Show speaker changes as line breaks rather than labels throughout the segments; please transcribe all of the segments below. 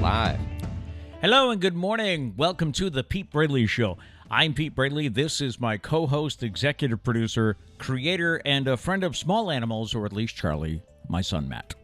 live.
Hello and good morning. Welcome to the Pete Bradley Show. I'm Pete Bradley. This is my co host, executive producer, creator, and a friend of small animals, or at least Charlie, my son Matt.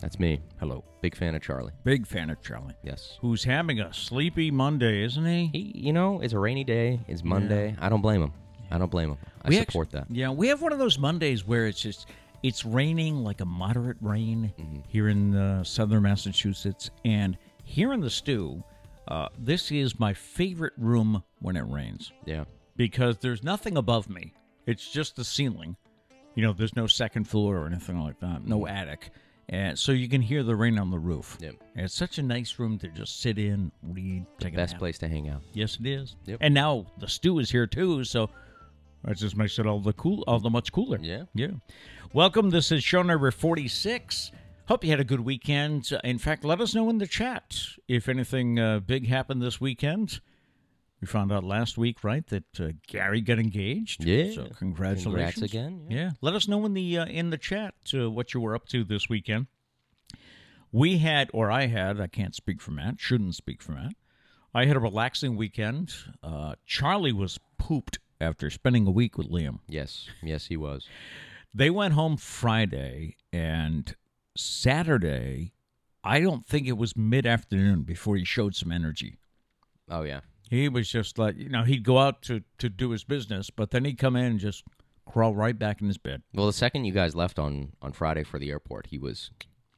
That's me. Hello. Big fan of Charlie.
Big fan of Charlie.
Yes.
Who's having a sleepy Monday, isn't he?
He, you know, it's a rainy day. It's Monday. I don't blame him. I don't blame him. I
We
support
actu-
that.
Yeah, we have one of those Mondays where it's just it's raining like a moderate rain
Mm-hmm.
here in uh, southern Massachusetts, and here in the stew, uh, this is my favorite room when it rains
Yeah.
because there's nothing above me. It's just the ceiling. You know, there's no second floor or anything like that, no attic. And so you can hear the rain on the roof.
Mm. Yep.
And it's such a nice room to just sit in, read, take a
Best
nap.
place to hang out.
Yes, it is.
Yep.
And now the stew is here too, so that just makes it all the cool, all the much cooler.
Yeah.
yeah. Welcome. This is show number forty-six. Hope you had a good weekend. In fact, let us know in the chat if anything uh, big happened this weekend. We found out last week, right, that uh, Gary got engaged.
Yeah.
So
Congrats
congratulations
again,
Yeah. Let us know in the uh, in the chat uh, what you were up to this weekend. We had, or I had, I can't speak for Matt. Shouldn't speak for Matt. I had a relaxing weekend. Uh, Charlie was pooped after spending a week with Liam.
Yes. Yes, he was.
They went home Friday and Saturday. I don't think it was mid afternoon before he showed some energy.
Oh, yeah.
He was just like, you know, he'd go out to, to do his business, but then he'd come in and just crawl right back in his bed.
Well, the second you guys left on, on Friday for the airport, he was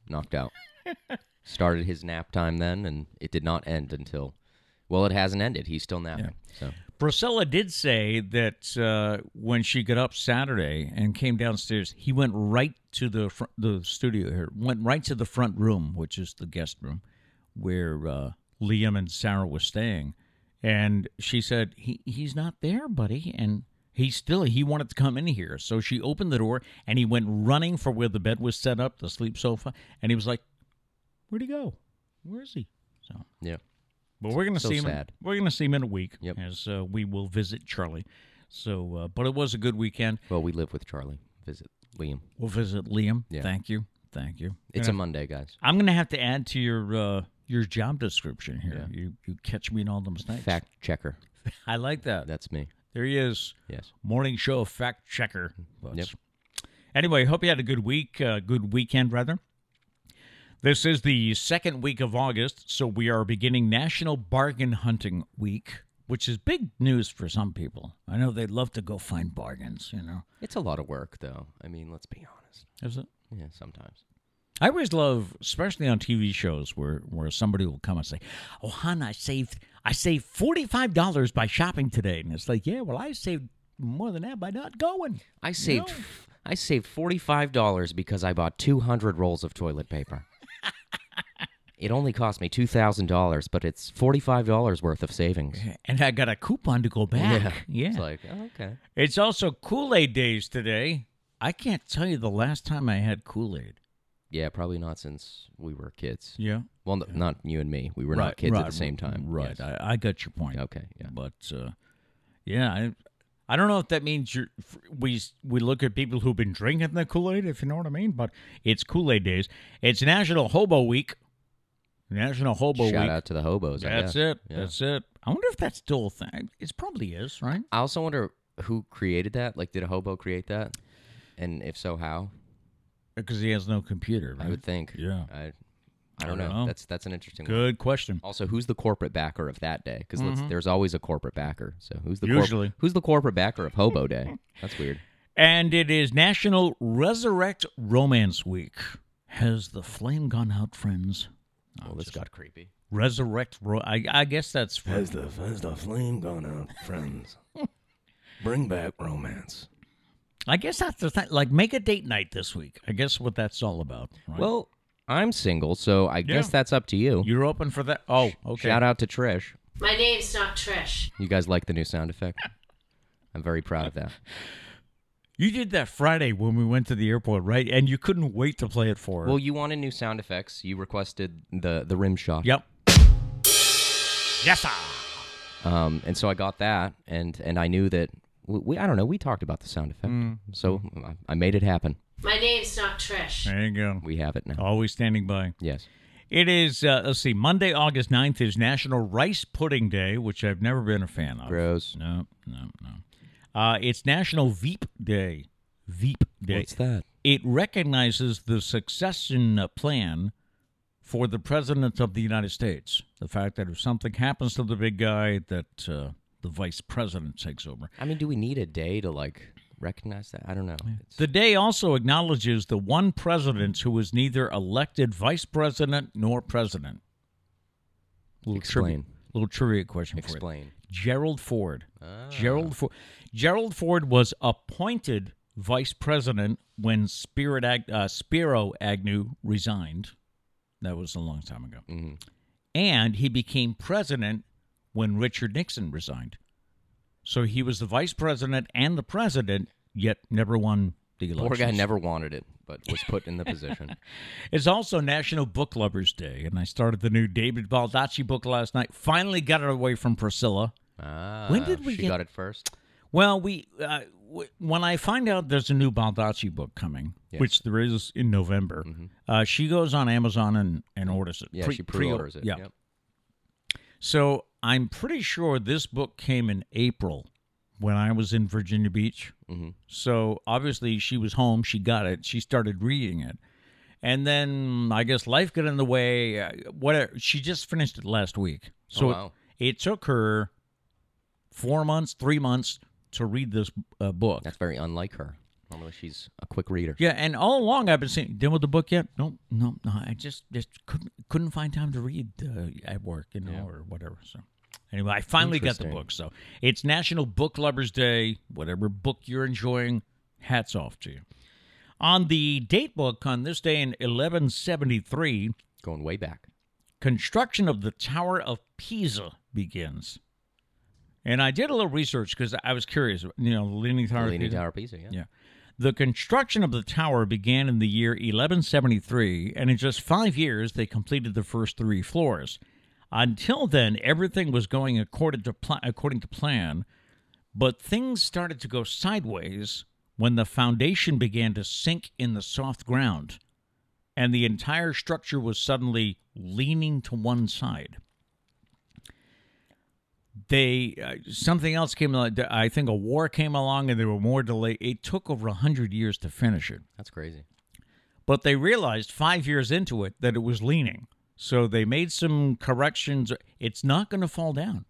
knocked out. Started his nap time then, and it did not end until, well, it hasn't ended. He's still napping. So,
Priscilla did say that uh, when she got up Saturday and came downstairs, he went right to the fr- the studio here, went right to the front room, which is the guest room, where uh, Liam and Sarah was staying, and she said he he's not there, buddy, and he still he wanted to come in here, so she opened the door and he went running for where the bed was set up, the sleep sofa, and he was like, "Where'd he go? Where is he?" So
yeah.
but we're gonna
So
see him.
sad.
In, we're gonna see him in a week,
Yep.
as uh, we will visit Charlie. So, uh, but it was a good weekend.
Well, we live with Charlie. Visit Liam.
We'll visit Liam.
Yeah.
Thank you, thank you.
It's
i
a Monday, guys.
I'm gonna have to add to your uh, your job description here. You you catch me in all the mistakes.
Fact checker.
I like that.
That's me.
There he is,
Yes.
morning show fact checker. But-
Yep.
Anyway, hope you had a good week, uh, good weekend rather. This is the second week of August, so we are beginning National Bargain Hunting Week, which is big news for some people. I know they love to go find bargains, you know.
It's a lot of work, though. I mean, let's be honest.
Is it?
Yeah, sometimes.
I always love, especially on TV shows, where, where somebody will come and say, "Oh, hon, I saved I saved forty five dollars by shopping today," and it's like, "Yeah, well, I saved more than that by not going."
I saved, I saved forty five dollars because I bought two hundred rolls of toilet paper. it only cost me two thousand dollars, but it's forty five dollars worth of savings.
And I got a coupon to go back. Yeah,
It's like oh, okay.
It's also Kool Aid days today. I can't tell you the last time I had Kool Aid.
Yeah, probably not since we were kids.
Yeah.
Well, no, not you and me. We were not kids at the same time.
Right.
Yes.
I, I got your point.
Okay. Yeah.
But uh, yeah, I, I don't know if that means you're, f- we s- we look at people who've been drinking the Kool Aid, if you know what I mean. But it's Kool Aid days. It's National Hobo Week. National Hobo
Shout
Week.
out to the hobos. I
That's
guess.
it.
Yeah.
That's it. I wonder if that's still a thing. It probably is, right?
I also wonder who created that. Like, did a hobo create that? And if so, how?
Because he has no computer. Right?
I would think.
Yeah.
I, I don't know. That's that's an interesting one.
Good question.
Also, who's the corporate backer of that day? Because there's always a corporate backer. So who's the
Usually.
corp- who's the corporate backer of Hobo Day? That's weird.
And it is National Resurrect Romance Week. Has the flame gone out, friends?
Well, this got creepy.
Resurrect. Ro- I, I guess that's for
Has the, has the flame gone out, friends? Bring back romance.
I guess that's the thing. Like, make a date night this week. I guess what that's all about. Right?
Well, I'm single, so I guess that's up to you.
you're open for that. Oh, okay.
Shout out to Trish.
My name's not Trish.
You guys like the new sound effect? I'm very proud of that.
You did that Friday when we went to the airport, right? And you couldn't wait to play it for her.
Well, you wanted new sound effects. You requested the the rim shot.
yep. Yes, sir.
Um, and so I got that, and and I knew that we, we I don't know. We talked about the sound effect,
Mm.
so I, I made it happen.
My name's not Trish.
There you go. Oh.
We have it now.
Always standing by.
Yes.
It is, uh, let's see, Monday, August 9th is National Rice Pudding Day, which I've never been a fan of.
Gross.
No, no, no. Uh, it's National Veep Day. Veep Day.
What's that?
It recognizes the succession uh, plan for the president of the United States. The fact that if something happens to the big guy, that uh, the vice president takes over.
I mean, do we need a day to like recognize that? I don't know. It's-
The day also acknowledges the one president who was neither elected vice president nor president. Little
Explain.
Trivia, little trivia question for you.
Explain.
Gerald Ford.
Ah.
Gerald Ford. Gerald Ford was appointed vice president when Spirit Ag- uh, Spiro Agnew resigned. That was a long time ago.
Mm-hmm.
And he became president when Richard Nixon resigned. So he was the vice president and the president, yet never won the election.
Poor guy never wanted it, but was put in the position.
It's also National Book Lovers Day, and I started the new David Baldacci book last night. Finally got it away from Priscilla.
Ah,
When did we
she
get-
got it first?
Well, we uh, w- when I find out there's a new Baldacci book coming, which there is in November, uh, she goes on Amazon and, and orders it.
Mm-hmm. Yeah,
Pre-
she
pre-
pre-orders it.
Yeah.
Yep.
So I'm pretty sure this book came in April when I was in Virginia Beach.
Mm-hmm.
So obviously she was home. She got it. She started reading it. And then I guess life got in the way. uh, Whatever. She just finished it last week. So
Oh,
it-
wow.
it, took her four months, three months to read this uh, book.
That's very unlike her. Normally, she's a quick reader.
Yeah, and all along I've been saying, "Done with the book yet?" No, no, no. I just just couldn't couldn't find time to read uh, at work, you know, or whatever. So anyway, I finally got the
Interesting.
book. So it's National Book Lovers Day. Whatever book you're enjoying, hats off to you. On the date book, on this day in 1173,
Going way back.
construction of the Tower of Pisa begins. And I did a little research because I was curious. You know, the Leaning Tower. of
Leaning
Pisa.
Tower of Pisa, yeah.
Yeah. The construction of the tower began in the year 1173, and in just five years, they completed the first three floors. Until then, everything was going according to, pla- according to plan, but things started to go sideways when the foundation began to sink in the soft ground, and the entire structure was suddenly leaning to one side they uh, something else came along. I think a war came along, and there were more delay. It took over a hundred years to finish it,
That's crazy.
but they realized five years into it that it was leaning. So they made some corrections. It's not going to fall down.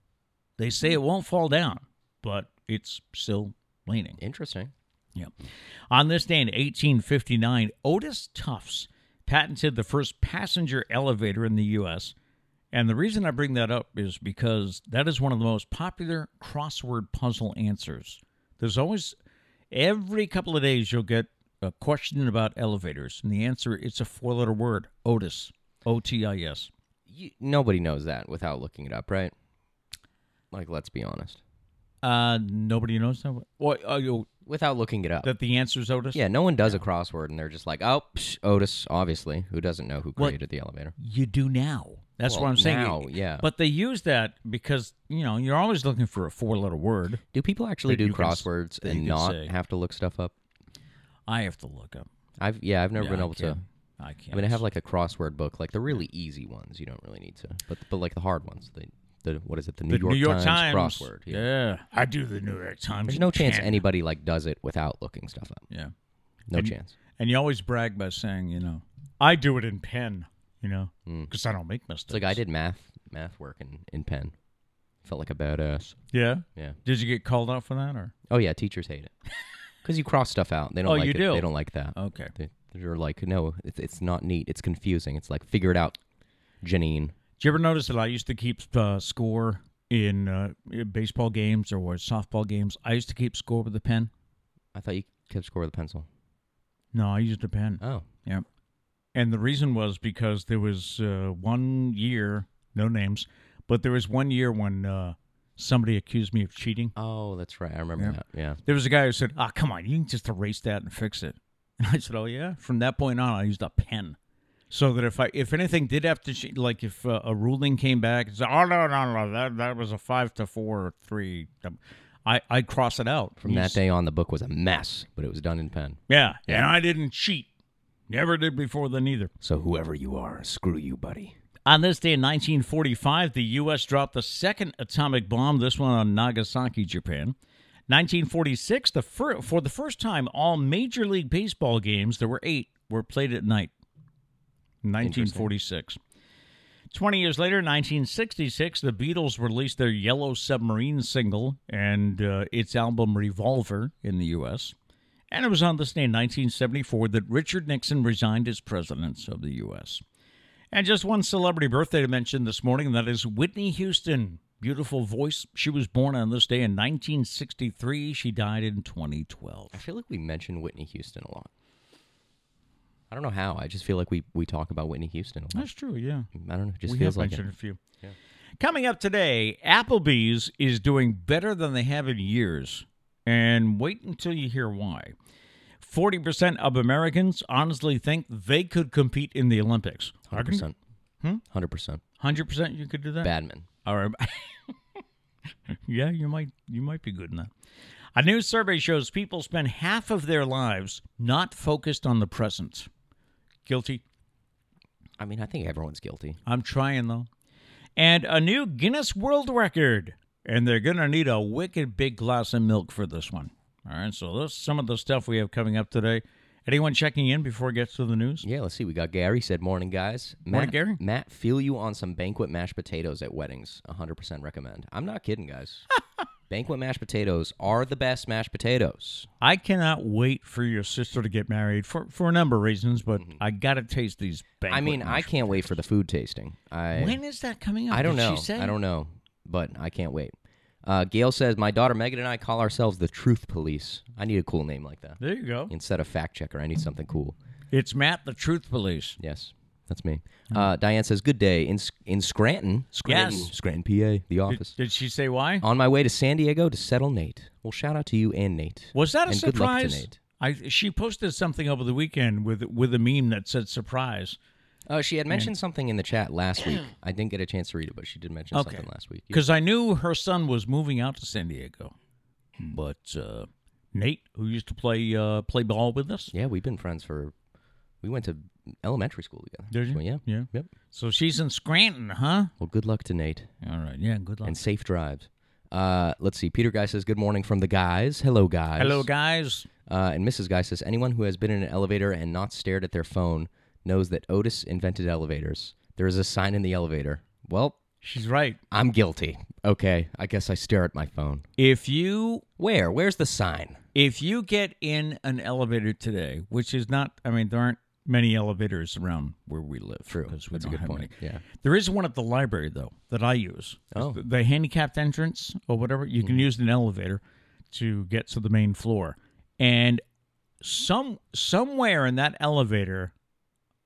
They say it won't fall down, but it's still leaning.
Interesting.
Yeah. On this day in 1859, Otis Tufts patented the first passenger elevator in the U.S. And the reason I bring that up is because that is one of the most popular crossword puzzle answers. There's always, every couple of days, you'll get a question about elevators. And the answer, it's a four letter word Otis, O T I S.
You, nobody knows that without looking it up, right? Like, let's be honest.
Uh, nobody knows that. What, uh, you-
Without looking it up.
that the answer's Otis?
yeah, no one does a crossword, and they're just like, oh, psh, Otis, obviously. Who doesn't know who
Well,
created the elevator?
you do now. That's
Well,
what I'm saying.
now, yeah.
But they use that because you know you're always looking for a four-letter word.
Do people actually
that
do
you can s-
crosswords
that
and
you can
not
say.
have to look stuff up?
I have to look up.
I've yeah, I've never
Yeah,
been
I
able to.
can't- I can't.
I mean, I have like a crossword book, like the really easy ones. You don't really need to, but but like the hard ones, the the what is it, the New,
the
York,
New York
Times, crossword.
Yeah. I do the New York Times.
There's
You
no chance
can't.
anybody like does it without looking stuff up.
Yeah,
No
And-
chance.
and you always brag by saying, you know, I do it in pen, you know, because I don't make mistakes.
Hmm. It's like I did math math work in in pen. Felt like a badass.
Yeah.
Yeah.
Did you get called out for that or?
Oh yeah, teachers hate it because you cross stuff out. They don't.
Oh,
like
you
it.
do? Oh.
They don't like that.
Okay.
They, they're like, no, it's, it's not neat. It's confusing. It's like figure it out, Janine.
Did you ever notice that I used to keep uh, score in uh, baseball games or softball games? I used to keep score with a pen.
I thought you kept score with a pencil.
No, I used a pen.
Oh,
Yeah. And the reason was because there was uh, one year, no names, but there was one year when uh, somebody accused me of cheating.
oh, that's right. I remember
Yeah.
that. Yeah.
There was a guy who said, "Ah, come on, you can just erase that and fix it." And I said, "Oh yeah." From that point on, I used a pen, so that if I if anything did have to change, like if uh, a ruling came back, and said, "Oh no, no, no, that that was a five to four or three," I I cross it out
From that day on, the book was a mess, but it was done in pen.
Yeah, and I didn't cheat. Never did before then either.
So whoever you are, screw you, buddy.
On this day in 1945, the U.S. dropped the second atomic bomb, this one on Nagasaki, Japan. 1946, the fir- for the first time, all Major League Baseball games, there were eight, were played at night. 1946. 20 years later, 1966, the Beatles released their Yellow Submarine single and uh, its album Revolver in the U.S. And it was on this day in 1974 that Richard Nixon resigned as president of the U.S. And just one celebrity birthday to mention this morning, and that is Whitney Houston. Beautiful voice. She was born on this day in 1963. She died in 2012.
I feel like we mention Whitney Houston a lot. I don't know how. I just feel like we, we talk about Whitney Houston a lot.
That's true, yeah.
I don't know. It just
we
feels
have
like it.
mentioned a few. Coming up today, Applebee's is doing better than they have in years, and wait until you hear why. 40% of Americans honestly think they could compete in the Olympics.
100%. 100%.
100% you could do that?
Badman.
All Mm-hmm. Hmm? right. yeah, you might you might be good in that. A new survey shows people spend half of their lives not focused on the present. Guilty.
I mean, I think everyone's guilty.
I'm trying though. And a new Guinness World Record. And they're going to need a wicked big glass of milk for this one. All right, so that's some of the stuff we have coming up today. Anyone checking in before it gets to the news?
Yeah, let's see. We got Gary said, "Morning, guys." Matt,
Morning, Gary.
Matt, feel you on some banquet mashed potatoes at weddings. 100% recommend. I'm not kidding, guys. banquet mashed potatoes are the best mashed potatoes.
I cannot wait for your sister to get married for, for a number of reasons, but I got to taste these banquet
Mm-hmm. I mean, I
mashed-
can't wait for the food tasting. I
When is that coming up?
I don't
Did
know.
She say?
I don't know, but I can't wait. Uh, Gail says, "My daughter Megan and I call ourselves the Truth Police. I need a cool name like that
There you go.
instead of fact checker. I need something cool."
It's Matt, the Truth Police.
Yes, that's me. Uh, Diane says, "Good day in Sc- in Scranton, Scranton,
Mm-hmm. Yes.
Scranton, PA, the
Did,
office."
did she say why?
On my way to San Diego to settle Nate. Well, shout out to you and Nate.
Was that a
and Good luck to
surprise?
Nate.
I she posted something over the weekend with with a meme that said surprise
Uh, she had mentioned something in the chat last week. I didn't get a chance to read it, but she did mention
Okay.
something last week. Yeah.
because I knew her son was moving out to San Diego, but uh, Nate, who used to play uh, play ball with us,
Yeah, we've been friends for. We went to elementary school together.
Did you?
So, yeah.
Yeah.
Yep.
so she's in Scranton, huh?
Well, good luck to Nate
All right, yeah, good luck.
and safe drives. Uh, let's see. Peter Guy says, Good morning from the guys. Hello, guys.
Hello, guys.
Uh, and Mrs. Guy says, Anyone who has been in an elevator and not stared at their phone knows that Otis invented elevators. There is a sign in the elevator. Well,
She's right.
I'm guilty. Okay, I guess I stare at my phone.
If you
Where? Where's the sign?
if you get in an elevator today, which is not, I mean, there aren't many elevators around where we live. True, because we
That's a
don't
good
have
point.
many.
Yeah.
there is one at the library though that I use.
Oh. Hmm.
the, the handicapped entrance or whatever. You can use an elevator to get to the main floor, and some somewhere in that elevator,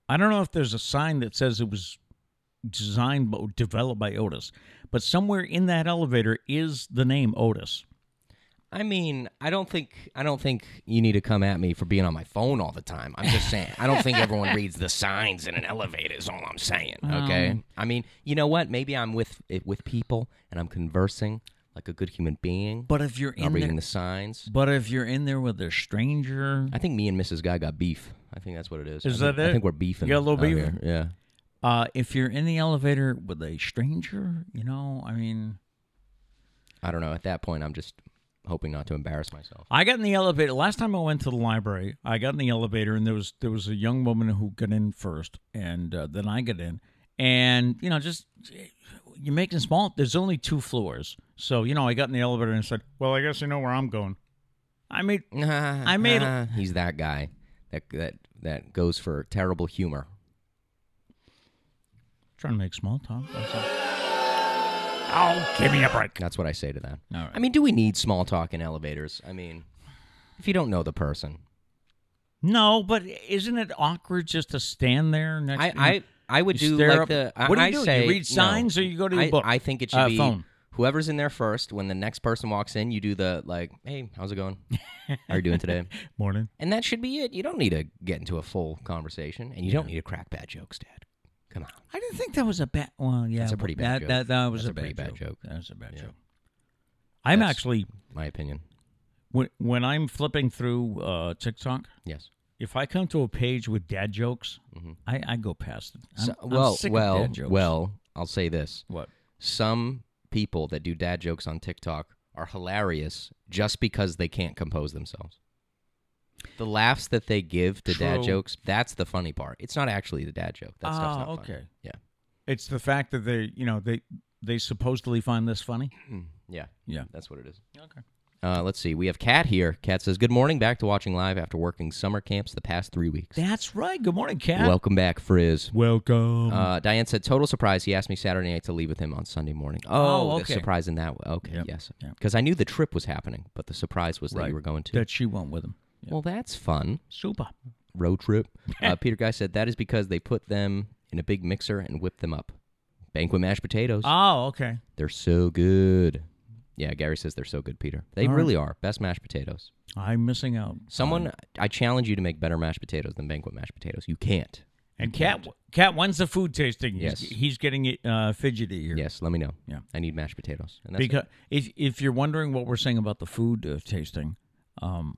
I don't know if there's a sign that says it was designed but developed by Otis, but somewhere in that elevator is the name Otis.
I mean, I don't think I don't think you need to come at me for being on my phone all the time. I'm just saying. I don't think everyone reads the signs in an elevator. Is all I'm saying. Okay. I mean, you know what? Maybe I'm with it- with people and I'm conversing like a good human being.
But if you're
not
in
reading
there,
the signs.
But if you're in there with a stranger,
I think me and Mrs. Guy got beef. I think that's what it is.
Is
I think-
that it?
I think we're beefing.
You got a little
out
beef?
here. Yeah.
uh, if you're in the elevator with a stranger, you know, I mean,
I don't know. At that point, I'm just hoping not to embarrass myself.
I got in the elevator last time I went to the library. I got in the elevator, and there was there was a young woman who got in first, and uh, then I got in, and you know, just you're making small. There's only two floors, so you know, I got in the elevator and said, "Well, I guess I know where I'm going." I mean,
I
made-
he's that guy that that that goes for terrible humor.
trying to make small talk. That's all. Oh, give me a break.
That's what I say to that.
All right.
I mean, do we need small talk in elevators? I mean, if you don't know the person,
No, but isn't it awkward just to stand there next?
I
to
I, I would
You
do
stare
like
up-
the. I,
What do you
I
do? You
Say,
read signs
no.
or you go to the
I,
book?
I think it should
Uh,
be
phone.
whoever's in there first. When the next person walks in, you do the like, "Hey, how's it going? How are you doing today?"
morning?
And that should be it. You don't need to get into a full conversation, and you don't need to crack bad jokes, Dad. Come on.
I didn't think that was a bad. Well, yeah,
That's a
but
pretty bad
that,
joke.
That, that was
That's
a, pretty bad joke. That was a bad joke. I'm
That's-
actually
My opinion.
when when I'm flipping through uh, TikTok,
Yes.
If I come to a page with dad jokes,
Mm-hmm.
I, I go past it. I'm,
So-
I'm
well,
sick of
well,
dad jokes.
well. I'll say this:
What?
some people that do dad jokes on TikTok are hilarious just because they can't compose themselves. The laughs that they give to dad
True.
jokes—that's the funny part. It's not actually the dad joke. That stuff's
Ah,
not funny.
okay.
Yeah.
It's the fact that they, you know, they they supposedly find this funny.
Yeah.
Yeah.
That's what it is.
Okay.
Uh, let's see. We have Kat here. Kat says, Good morning. Back to watching live after working summer camps the past three weeks.
That's right. Good morning, Kat.
Welcome back, Frizz.
Welcome.
Uh, Diane said, Total surprise. He asked me Saturday night to leave with him on Sunday morning. Oh,
Oh,
the
okay.
surprise in that way. Okay.
Yep,
Yes.
yep.
Because I knew the trip was happening, but the surprise was that you were going to.
That she went with him. Yeah.
Well, that's fun.
Super.
Road trip. uh, Peter Guy said, That is because they put them in a big mixer and whipped them up. Banquet mashed potatoes.
Oh, okay.
They're so good. Yeah, Gary says they're so good, Peter. They
All right.
really are. Best mashed potatoes.
I'm missing out.
Someone, I challenge you to make better mashed potatoes than banquet mashed potatoes. You can't.
And Cat, Cat, when's the food tasting?
Yes.
he's, he's getting uh, fidgety here.
Yes, let me know.
Yeah.
I need mashed potatoes. And that's
because if if you're wondering what we're saying about the food uh, tasting, um,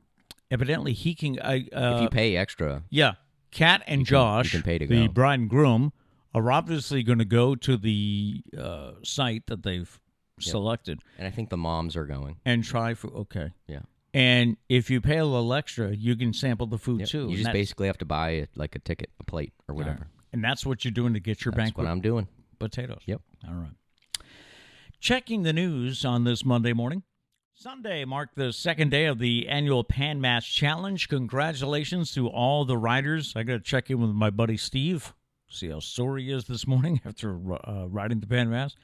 evidently he can. I
it.
uh,
if you pay extra,
yeah, Cat and Josh,
can pay to
the
go.
bride and groom, are obviously going to go to the uh, site that they've selected
and I think the moms are going.
and try food. Okay,
Yeah.
and if you pay a little extra, you can sample the food
Yep.
too.
you
and
just
that's-
basically have to buy a, like a ticket, a plate, or
all right.
whatever.
And that's what you're doing to get your
That's
banquet
what I'm doing.
potatoes.
Yep.
All right. Checking the news on this Monday morning. Sunday marked the second day of the annual Pan Mass Challenge. Congratulations to all the riders. I got to check in with my buddy Steve, see how sore he is this morning after uh, riding the Pan Mass.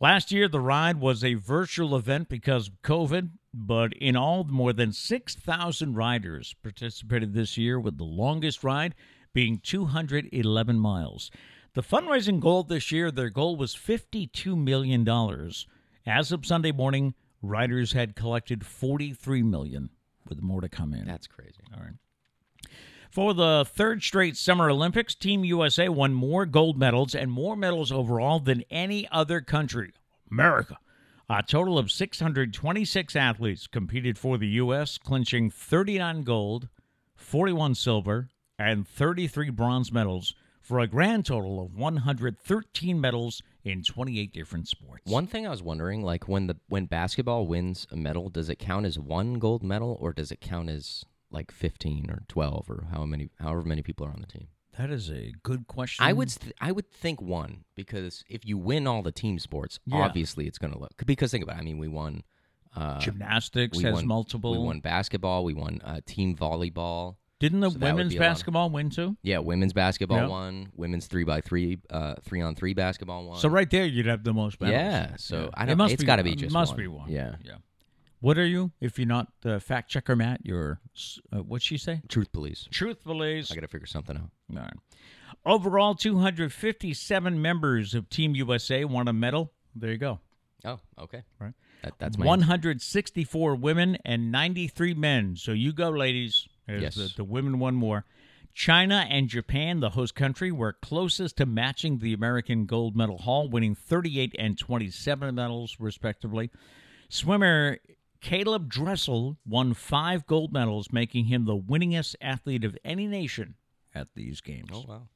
Last year, the ride was a virtual event because of COVID, but in all, more than 6,000 riders participated this year, with the longest ride being 211 miles. The fundraising goal this year, their goal was $52 million. As of Sunday morning, riders had collected $43 million, with more to come in.
That's crazy.
All right. For the third straight Summer Olympics, Team USA won more gold medals and more medals overall than any other country. America. A total of 626 athletes competed for the U.S., clinching 39 gold, 41 silver, and 33 bronze medals for a grand total of 113 medals in 28 different sports.
One thing I was wondering, like when the when basketball wins a medal, does it count as one gold medal or does it count as like 15 or 12 or how many however many people are on the team?
That is a good question.
I would th- I would think one because if you win all the team sports,
Yeah.
obviously it's going to look because think about it. I mean, we won uh,
Gymnastics
we
has
won,
multiple.
We won basketball. We won uh, team volleyball.
Didn't the
So that would
women's
be a lot of-
basketball win too?
Yeah, women's basketball
Yeah.
won. Women's three by three, uh, three on three basketball won.
So right there, you'd have the most medals.
Yeah, so I
It
don't-
must
it's gotta be
it
just
must
one.
be one.
Yeah.
yeah. What are you? If you're not uh, fact checker, Matt, you're s- uh, what'd she say?
Truth police.
Truth police.
I got to figure something out.
All right. Overall, 257 members of Team USA won a medal. There you go.
Oh, okay.
Right.
That, that's my
164 women and 93 men. So you go, ladies. There's
Yes.
The, the women won more. China and Japan, the host country, were closest to matching the American gold medal haul, winning 38 and 27 medals, respectively. Swimmer Caleb Dressel won five gold medals, making him the winningest athlete of any nation at these games.
Oh wow.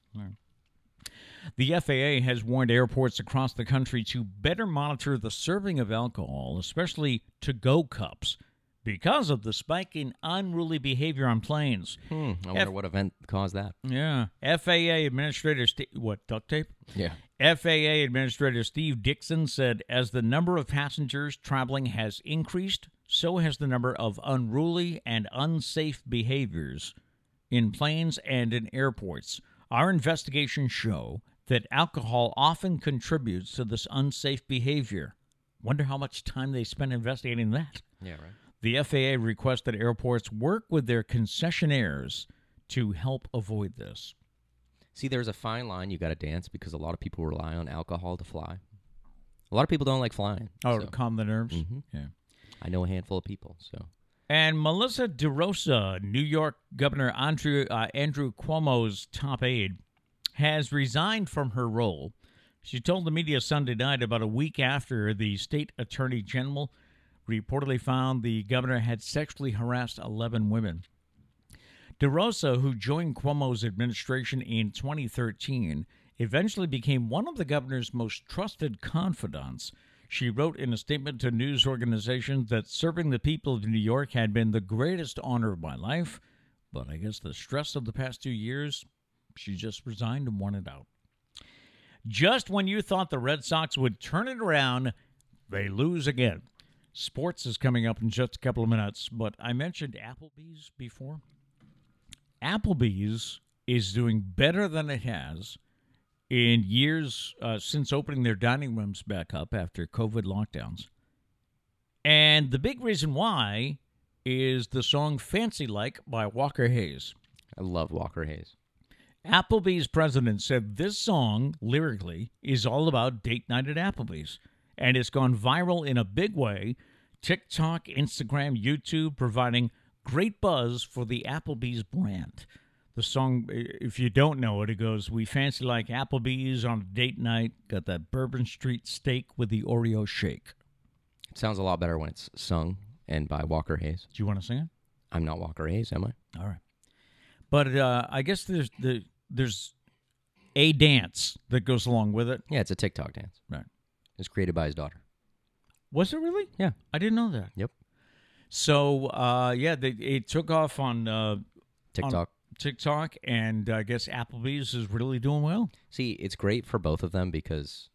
The FAA has warned airports across the country to better monitor the serving of alcohol, especially to go cups, because of the spike in unruly behavior on planes.
Hmm, I wonder what event caused that.
Yeah. FAA Administrator Steve, what, duct tape?
Yeah.
FAA Administrator Steve Dixon said as the number of passengers traveling has increased, so has the number of unruly and unsafe behaviors in planes and in airports. Our investigations show that alcohol often contributes to this unsafe behavior. Wonder how much time they spend investigating that.
Yeah. Right.
The FAA requests that airports work with their concessionaires to help avoid this.
See, there's a fine line you got to dance because a lot of people rely on alcohol to fly. A lot of people don't like flying.
Oh,
so
to calm the nerves.
Mhm.
Yeah.
I know a handful of people. So
And Melissa DeRosa, New York Governor Andrew, uh, Andrew Cuomo's top aide, has resigned from her role. She told the media Sunday night about a week after the state attorney general reportedly found the governor had sexually harassed 11 women. DeRosa, who joined Cuomo's administration in 2013, eventually became one of the governor's most trusted confidants. She wrote in a statement to news organizations that serving the people of New York had been the greatest honor of my life, but I guess the stress of the past two years, she just resigned and wanted out. Just when you thought the Red Sox would turn it around, they lose again. Sports is coming up in just a couple of minutes, but I mentioned Applebee's before. Applebee's is doing better than it has in years uh, since opening their dining rooms back up after COVID lockdowns. And the big reason why is the song Fancy Like by Walker Hayes.
I love Walker Hayes.
Applebee's president said this song, lyrically, is all about date night at Applebee's. And it's gone viral in a big way TikTok, Instagram, YouTube, providing great buzz for the Applebee's brand. The song, i- if you don't know it, it goes, We fancy like Applebee's on a date night, got that Bourbon Street steak with the Oreo shake.
It sounds a lot better when it's sung and by Walker Hayes.
Do you want to sing it?
I'm not Walker Hayes, am I?
All right. But uh, I guess there's the there's a dance that goes along with it.
Yeah, it's a TikTok dance.
Right.
It's created by his daughter.
Was it really?
Yeah.
I didn't know that.
Yep.
So uh, yeah, they, it took off on uh,
TikTok.
on TikTok, and I guess Applebee's is really doing well.
See, it's great for both of them because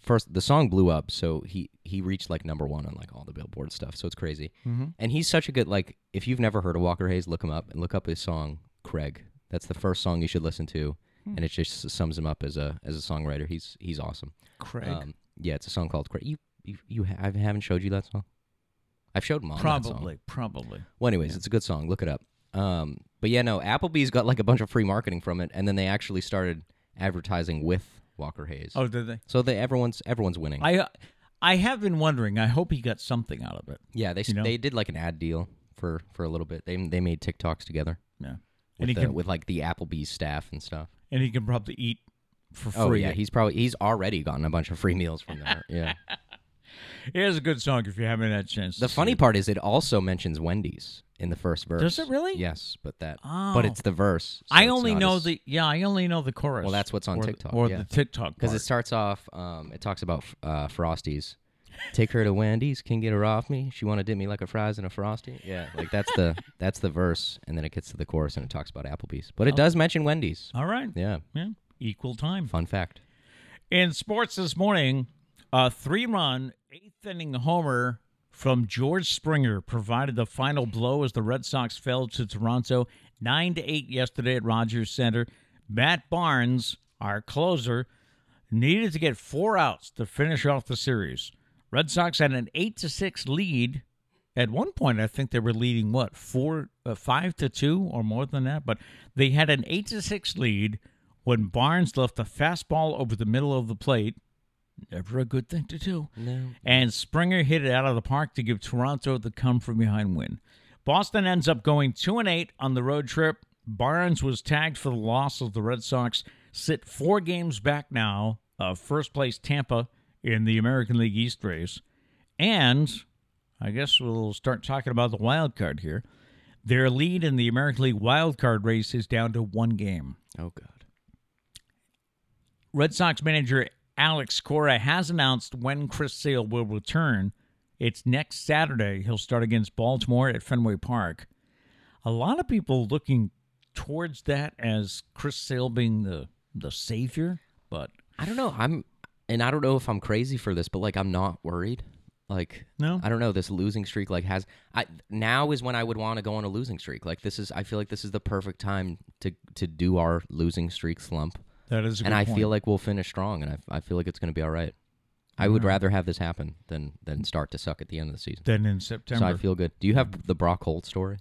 first the song blew up, so he he reached like number one on like all the Billboard stuff. So it's crazy. And he's such a good like. If you've never heard of Walker Hayes, look him up and look up his song Craig. That's the first song you should listen to,
Hmm.
and it just sums him up as a as a songwriter. He's he's awesome.
Craig,
Um, yeah, it's a song called Craig. You you, you ha- I haven't showed you that song. I've showed mom That song.
probably, probably.
Well, anyways, it's a good song. Look it up. Um, but yeah, no, Applebee's got like a bunch of free marketing from it, and then they actually started advertising with Walker Hayes.
Oh, did they?
So they everyone's everyone's winning.
I uh, I have been wondering. I hope he got something out of it.
yeah, they s
you know?
they did like an ad deal for for a little bit. They they made TikToks together
Yeah,
with,
and he
the-
can
with like the Applebee's staff and stuff.
and he can probably eat for free.
Oh yeah, he's probably he's already gotten a bunch of free meals from there. Yeah.
It is a good song if you haven't had a chance.
The
to see
funny
it.
part is it also mentions Wendy's in the first verse.
Does it really?
Yes, but that
Oh.
but it's the verse. so
I
it's
only
not
know
as-
the yeah. I only know the chorus.
Well, that's what's on
or,
TikTok,
or
yeah.
the TikTok
because
because
it starts off. Um, it talks about uh, Frosties. Take her to Wendy's, can get her off me. She want to dip me like a fries in a frosty. Yeah, like that's the that's the verse, and then it gets to the chorus and it talks about Applebee's, but it does mention Wendy's.
all right.
Yeah,
yeah. Equal time.
fun fact.
In sports this morning, a three run, eighth inning homer from George Springer provided the final blow as the Red Sox fell to Toronto 9 to 8 yesterday at Rogers Center. Matt Barnes, our closer, needed to get four outs to finish off the series. Red Sox had an 8 to 6 lead. At one point, I think they were leading what four, uh, five to two, or more than that. But they had an eight to six lead when Barnes left a fastball over the middle of the plate. Never a good thing to do.
No.
And Springer hit it out of the park to give Toronto the come from behind win. Boston ends up going two and eight on the road trip. Barnes was tagged for the loss of the Red Sox. Sit four games back now of first place Tampa in the American League East race. And I guess we'll start talking about the wild card here. Their lead in the American League wild card race is down to one game.
Oh God.
Red Sox manager Alex Cora has announced when Chris Sale will return. It's next Saturday. He'll start against Baltimore at Fenway Park. A lot of people looking towards that as Chris Sale being the the savior, but
I don't know. I'm, and I don't know if I'm crazy for this, but like I'm not worried. Like
No?
I don't know. This losing streak like has I now is when I would want to go on a losing streak. Like this is I feel like this is the perfect time to to do our losing streak slump.
that is. A
and I feel like we'll finish strong, and I, I feel like it's going to be all right. I would rather have this happen than than start to suck at the end of the season.
then in
So
September.
I feel good. Do you have the Brock Holt story?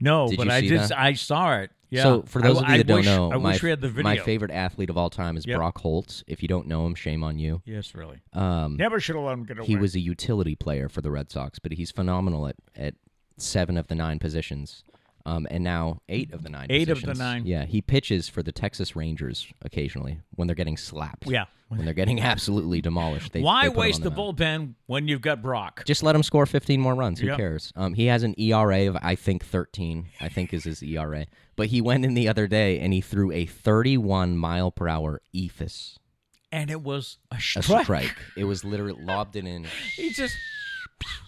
no,
Did
but
you
I
see
just
that?
I saw it. Yeah.
So for those
I-
of you
I
that don't
wish-
know,
I
my,
wish we had the video.
my favorite athlete of all time is
Yep.
Brock Holt. If you don't know him, shame on you.
Yes, really.
Um,
Never should have let him get away.
he was a utility player for the Red Sox, but he's phenomenal at, at seven of the nine positions. Um, and now eight of the nine.
Eight of the
positions.
nine.
Yeah, he pitches for the Texas Rangers occasionally when they're getting slapped.
Yeah.
when they're getting absolutely demolished. They,
Why
they put him
waste
on
the
mound.
bullpen when you've got Brock?
Just let him score 15 more runs. Who
Yep.
cares? Um, he has an ERA of I think 13. I think is his ERA. But he went in the other day and he threw a 31 mile per hour E ephus,
And it was a
a
strike.
strike. It was literally lobbed it in
He just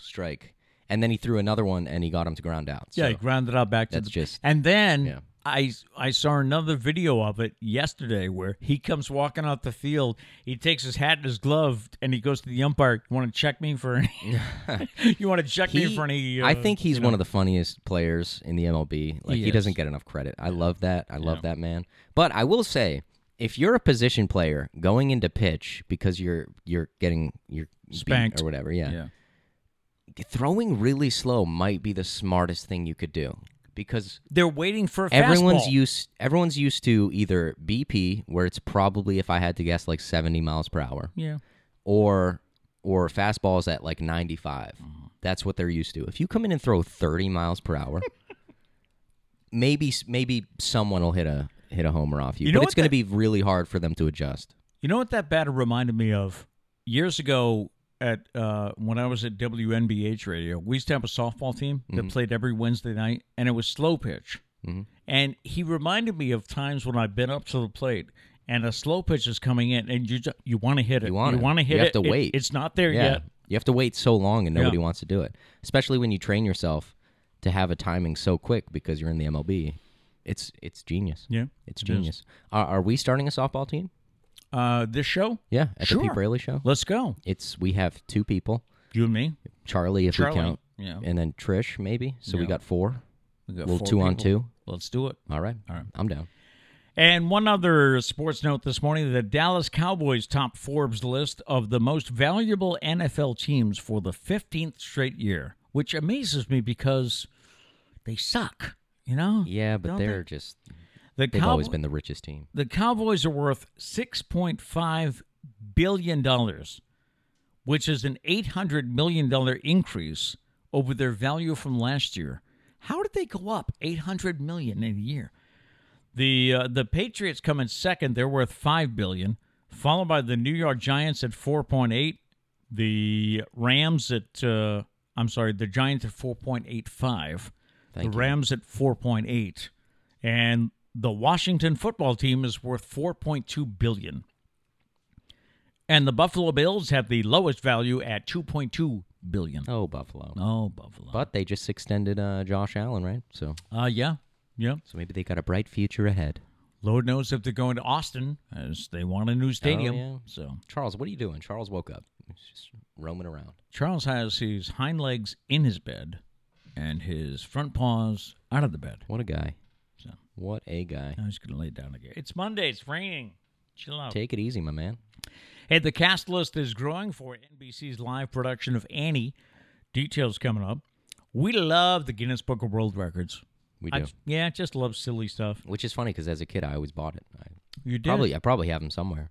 strike, and then he threw another one and he got him to ground out.
yeah, he
So-
grounded out back to
that's
the
just-
And then
yeah.
I I saw another video of it yesterday where he comes walking out the field, he takes his hat and his glove and he goes to the umpire, "You want to check me for any You want to check me
He-
for any uh,
I think he's one of the funniest players in the MLB. Like
He
he,
is.
doesn't get enough credit. I love that. I love that man. But I will say, if you're a position player going into pitch because you're you're getting you're beat
Spanked.
or whatever, yeah,
Yeah.
throwing really slow might be the smartest thing you could do because
They're waiting for a
everyone's
fastball.
used everyone's used to either BP where it's probably if I had to guess like 70 miles per hour
Yeah.
or or fastballs at like 95.
Mm-hmm.
That's what they're used to. If you come in and throw 30 miles per hour, maybe maybe someone will hit a hit a homer off you,
You know
but it's
what
going to
that-
be really hard for them to adjust.
You know what that batter reminded me of? Years ago, at uh, when I was at WNBH Radio, we used to have a softball team
Mm-hmm.
that played every Wednesday night, and it was slow pitch. And he reminded me of times when I've been up to the plate, and a slow pitch is coming in, and you ju- you want to hit it.
You want it.
to
You
hit
have
it.
to
It-
wait.
It's not there
Yeah.
yet.
You have to wait so long and
Yeah.
nobody wants to do it. Especially when you train yourself to have a timing so quick because you're in the MLB. It's it's genius.
Yeah,
It's
it is.
genius. Are, are we starting a softball team?
Uh, this show,
Yeah, at the
Sure.
Pete Braley show.
let's go.
It's we have two people,
You and me.
Charlie if
Charlie.
we count,
Yeah.
and then Trish maybe. So we
Yeah.
got four.
We got
Little
four
two on
people.
two.
Let's do it.
All right.
All right.
I'm down.
And one other sports note this morning the Dallas Cowboys top Forbes list of the most valuable NFL teams for the 15th straight year, which amazes me because they suck, you know?
Yeah, but
Don't
they're just
The
they've always
Cowboy-
been the richest team.
The Cowboys are worth $6.5 billion, which is an $800 million increase over their value from last year. How did they go up $800 million in a year? The uh, the Patriots come in second, they're worth 5 billion, followed by the New York Giants at 4.8, the Rams at uh, I'm sorry, the Giants at 4.85, the
Thank you.
Rams at 4.8, and the Washington football team is worth 4.2 billion. And the Buffalo Bills have the lowest value at 2.2 billion.
Oh, Buffalo.
Oh, Buffalo.
But they just extended uh, Josh Allen, right? So
uh yeah. Yeah.
so maybe they got a bright future ahead.
Lord knows if they're going to Austin, as they want a new stadium.
yeah.
So
Charles, what are you doing? Charles woke up. He's just roaming around.
Charles has his hind legs in his bed and his front paws out of the bed.
What a guy.
So-
What a guy.
I'm just gonna lay down again. It's Monday. It's raining. Chill out.
Take it easy, my man.
Hey, the cast list is growing for NBC's live production of Annie. Details coming up. We love the Guinness Book of World Records.
We
I
do.
j- yeah, I just love silly stuff.
Which is funny because as a kid, I always bought it. I
You did
probably I probably have him somewhere.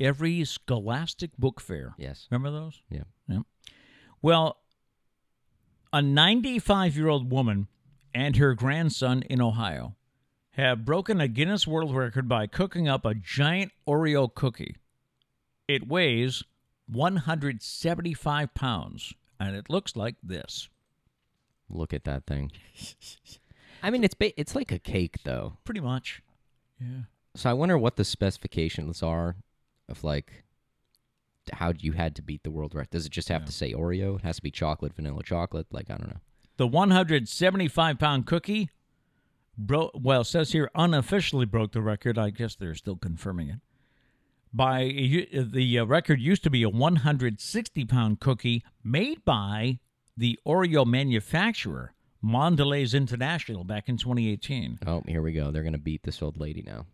every Scholastic Book Fair.
Yes.
Remember those?
Yeah.
Well, a 95 year old woman and her grandson in Ohio have broken a Guinness World Record by cooking up a giant Oreo cookie. It weighs 175 pounds and it looks like this.
Look at that thing. I mean, it's ba- it's like a cake though.
Pretty much. Yeah.
So I wonder what the specifications are of like how you had to beat the world record. Does it just have to say Oreo? It has to be chocolate, vanilla chocolate. Like I don't know.
The 175 pound cookie, bro- well, it says here unofficially broke the record. I guess they're still confirming it. By u- the uh, record used to be a 160 pound cookie made by the Oreo manufacturer Mondelez International back in 2018.
Oh, here we go. They're gonna beat this old lady now.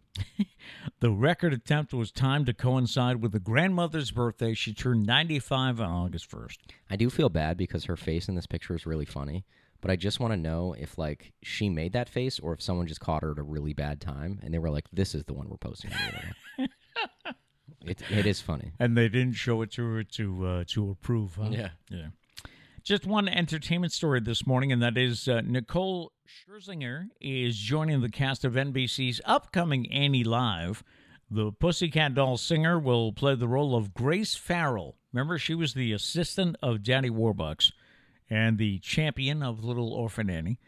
The record attempt was timed to coincide with the grandmother's birthday. She turned 95 on August 1st.
I do feel bad because her face in this picture is really funny, but I just want to know if like she made that face or if someone just caught her at a really bad time and they were like, "This is the one we're posting." on the internet." it it is funny.
and they didn't show it to her to uh, to approve. Huh? Yeah, yeah. Just one entertainment story this morning, and that is uh, Nicole Scherzinger is joining the cast of NBC's upcoming Annie Live. The Pussycat Doll singer will play the role of Grace Farrell. Remember, she was the assistant of Daddy Warbucks and the champion of Little Orphan Annie.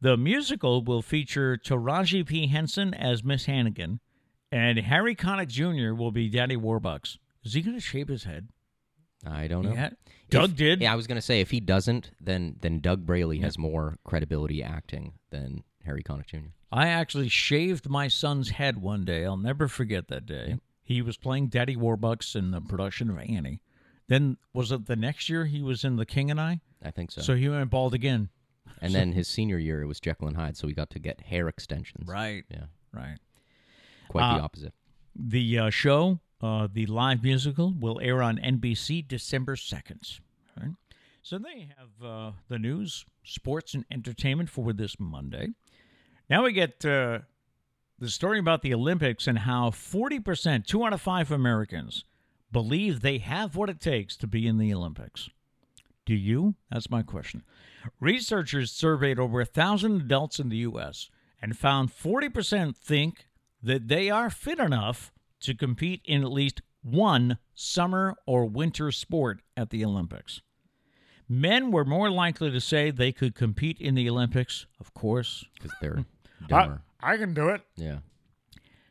The musical will feature Taraji P. Henson as Miss Hannigan, and Harry Connick Jr. will be Daddy Warbucks. Is he going to shave his head?
I don't know.
Yeah. Doug
If-
did.
Yeah, I was gonna say if he doesn't, then then Doug Braley has more credibility acting than Harry Connick Jr.
I actually shaved my son's head one day. I'll never forget that day. He was playing Daddy Warbucks in the production of Annie. Then was it the next year he was in The King and I?
I think so.
So he went bald again.
and then his senior year, it was Jekyll and Hyde, so he got to get hair extensions.
Right.
Yeah,
Right.
quite the
Uh,
opposite.
The uh, show, uh, the live musical, will air on NBC December 2nd. All right. So they have uh, the news, sports, and entertainment for this Monday. Now we get uh, the story about the Olympics and how 40%, two out of five Americans, believe they have what it takes to be in the Olympics. Do you? That's my question. Researchers surveyed over a thousand adults in the U.S. and found 40% think that they are fit enough to compete in at least one summer or winter sport at the Olympics. Men were more likely to say they could compete in the Olympics, of course.
because they're dumber.
I can do it.
yeah,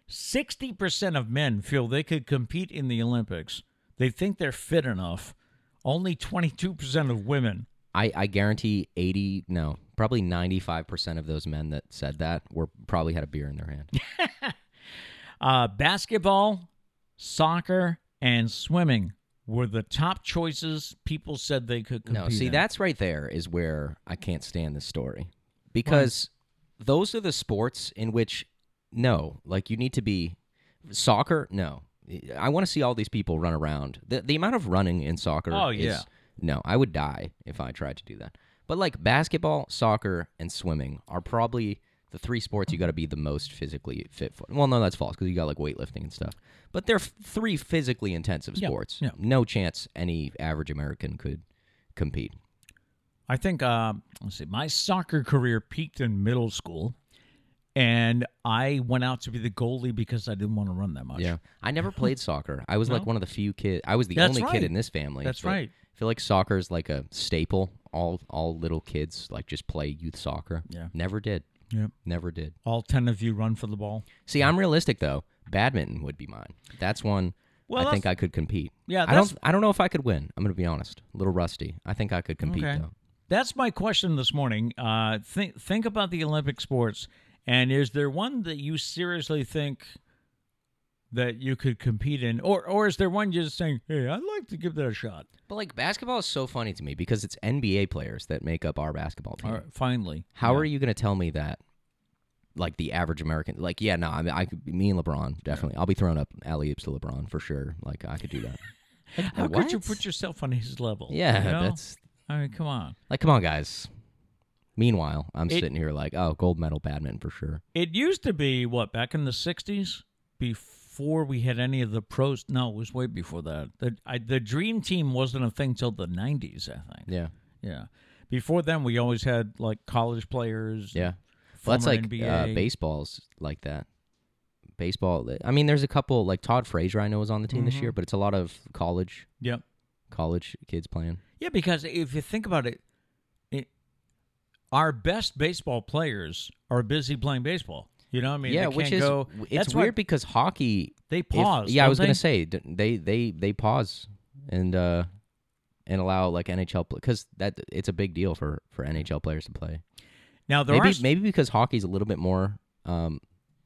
60% of men feel they could compete in the Olympics. They think they're fit enough. Only 22% of women.
I, I guarantee eighty, no, probably ninety-five percent of those men that said that were probably had a beer in their hand.
Uh, basketball, soccer, and swimming were the top choices people said they could compete
no, see,
in.
that's right there is where I can't stand this story because those are the sports in which no, like you need to be soccer. No, I want to see all these people run around. The the amount of running in soccer.
Oh,
is-
yeah.
no, I would die if I tried to do that. But like basketball, soccer, and swimming are probably the three sports you got to be the most physically fit for. Well, no, that's false because you got like weightlifting and stuff. But they're f- three physically intensive
Yeah,
sports.
yeah.
No chance any average American could compete.
I think, uh, let's see, my soccer career peaked in middle school, and I went out to be the goalie because I didn't want to run that much.
Yeah, I never played soccer. I was like one of the few kids. I was the
That's
only
right.
kid in this family.
That's
but
right.
I feel like soccer is like a staple. All all little kids like just play youth soccer.
Yeah.
never did.
Yeah.
Never did.
All 10 of you run for the ball.
See, I'm realistic though. Badminton would be mine. That's one
Well,
I think
that's-
I could compete.
Yeah,
I don't. I don't know if I could win. I'm gonna be honest. A little rusty. I think I could compete
Okay.
though.
That's my question this morning. Uh, think think about the Olympic sports, and is there one that you seriously think that you could compete in, or or is there one you're just saying, "Hey, I'd like to give that a shot"?
But like basketball is so funny to me because it's NBA players that make up our basketball team.
All right, finally,
How are you going to tell me that? Like the average American, like yeah, no, I mean, I could, me and LeBron definitely. I'll be throwing up alley oops to LeBron for sure. Like I could do that. Like,
How could you
what?
put yourself on his level?
Yeah,
you know?
that's
I mean, come on.
like come on, guys. Meanwhile, I'm
It-
sitting here like, oh, gold medal badminton for sure.
It used to be what back in the '60s, before we had any of the pros. No, it was way before that. The I, the dream team wasn't a thing till the '90s, I think.
Yeah,
Yeah. Before then, we always had like college players.
yeah. Well, that's
former
like uh,
NBA.
baseballs like that. Baseball. I mean, there's a couple like Todd Frazier I know was on the team this
Mm-hmm.
year, but it's a lot of college
Yep.
college kids playing.
Yeah, because if you think about it, it, our best baseball players are busy playing baseball. You know, what I mean,
yeah,
they
which
can't
is
go.
it's
that's why
weird because hockey
They
if-
pause.
yeah, I
don't
was
they?
gonna say d- they they they pause and uh and allow like NHL because that it's a big deal for for NHL players to play.
Now there
maybe
are s-
maybe because hockey's a little bit more um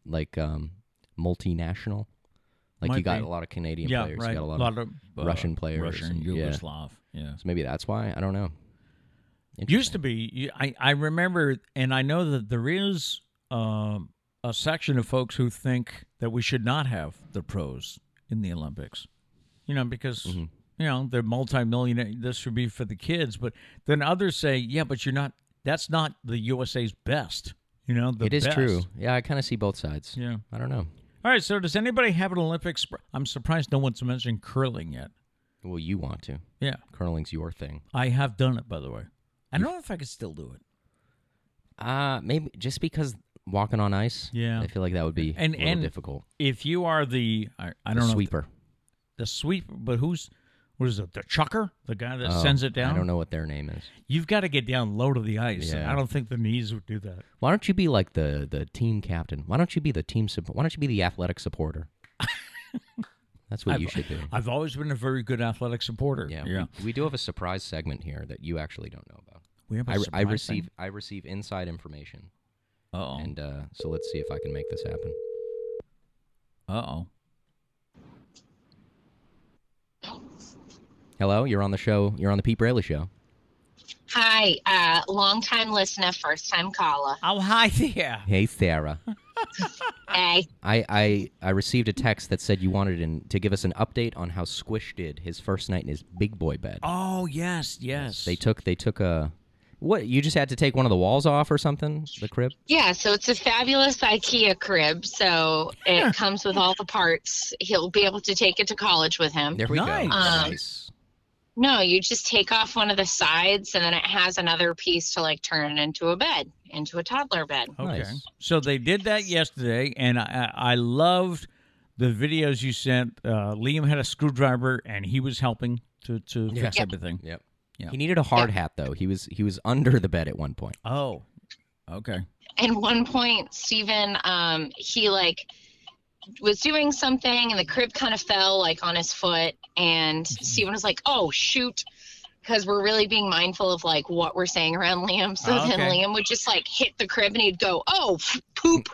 like um multinational. Like
Might
you got
be.
a lot of Canadian
yeah,
players,
right,
you got a lot, of,
uh,
Russian players
Russian,
and- yeah.
Yugoslav. yeah.
so maybe that's why I don't know.
Used to be, you- I, I remember, and I know that there is um, a section of folks who think that we should not have the pros in the Olympics. You know, because,
Mm-hmm.
you know, they're multimillionaire. This should be for the kids. But then others say, yeah, but you're not, that's not the USA's best. You know, the
it is
best.
true. Yeah, I kind of see both sides.
Yeah.
I don't know.
All right. So does anybody have an Olympic? Sp- I'm surprised no one's mentioned curling yet.
Well, you want to.
Yeah,
Curling's your thing.
I have done it by the way. I don't know if I could still do it.
Uh maybe just because walking on ice.
Yeah.
I feel like that would be
And-
a little
and-
difficult.
If you are the I, I
The
don't know if
sweeper.
the, the sweeper, but who's what is it? The chucker, the guy that
Oh,
sends it down.
I don't know what their name is.
You've got to get down low to the ice.
Yeah.
I don't think the knees would do that.
Why don't you be like the the team captain? Why don't you be the team support? Why don't you be the athletic supporter? That's what you should do.
I've always been a very good athletic supporter.
Yeah,
yeah.
We, we do have a surprise segment here that you actually don't know about.
We have a
I, I
surprise
receive
thing? Oh.
I receive inside information,
Uh-oh.
and uh, so let's see if I can make this happen.
Uh-oh.
Hello, you're on the show. You're on the Pete Braley show.
Hi, uh, long time listener, first time caller.
Oh, hi there.
Hey, Sarah.
Hey,
I, I I received a text that said you wanted in, to give us an update on how Squish did his first night in his big boy bed.
Oh, yes, yes.
They took they took a what? You just had to take one of the walls off or something? The crib?
yeah, so it's a fabulous IKEA crib. So it comes with all the parts. He'll be able to take it to college with him.
There we
Nice.
go.
Um,
nice.
No, you just take off one of the sides, and then it has another piece to like turn into a bed, into a toddler bed.
Okay.
Nice.
So they did that yesterday, and I, I I loved the videos you sent. Uh, Liam had a screwdriver, and he was helping to, to
Yeah.
fix
Yep.
everything.
Yep.
Yeah.
He needed a hard hat though. He was he was under the bed at one point.
Oh, okay.
and one point Stephen, um, he like was doing something and the crib kind of fell like on his foot and
Mm-hmm.
Stephen was like oh shoot because we're really being mindful of like what we're saying around liam so
Oh,
then
okay.
liam would just like hit the crib and he'd go oh f- poop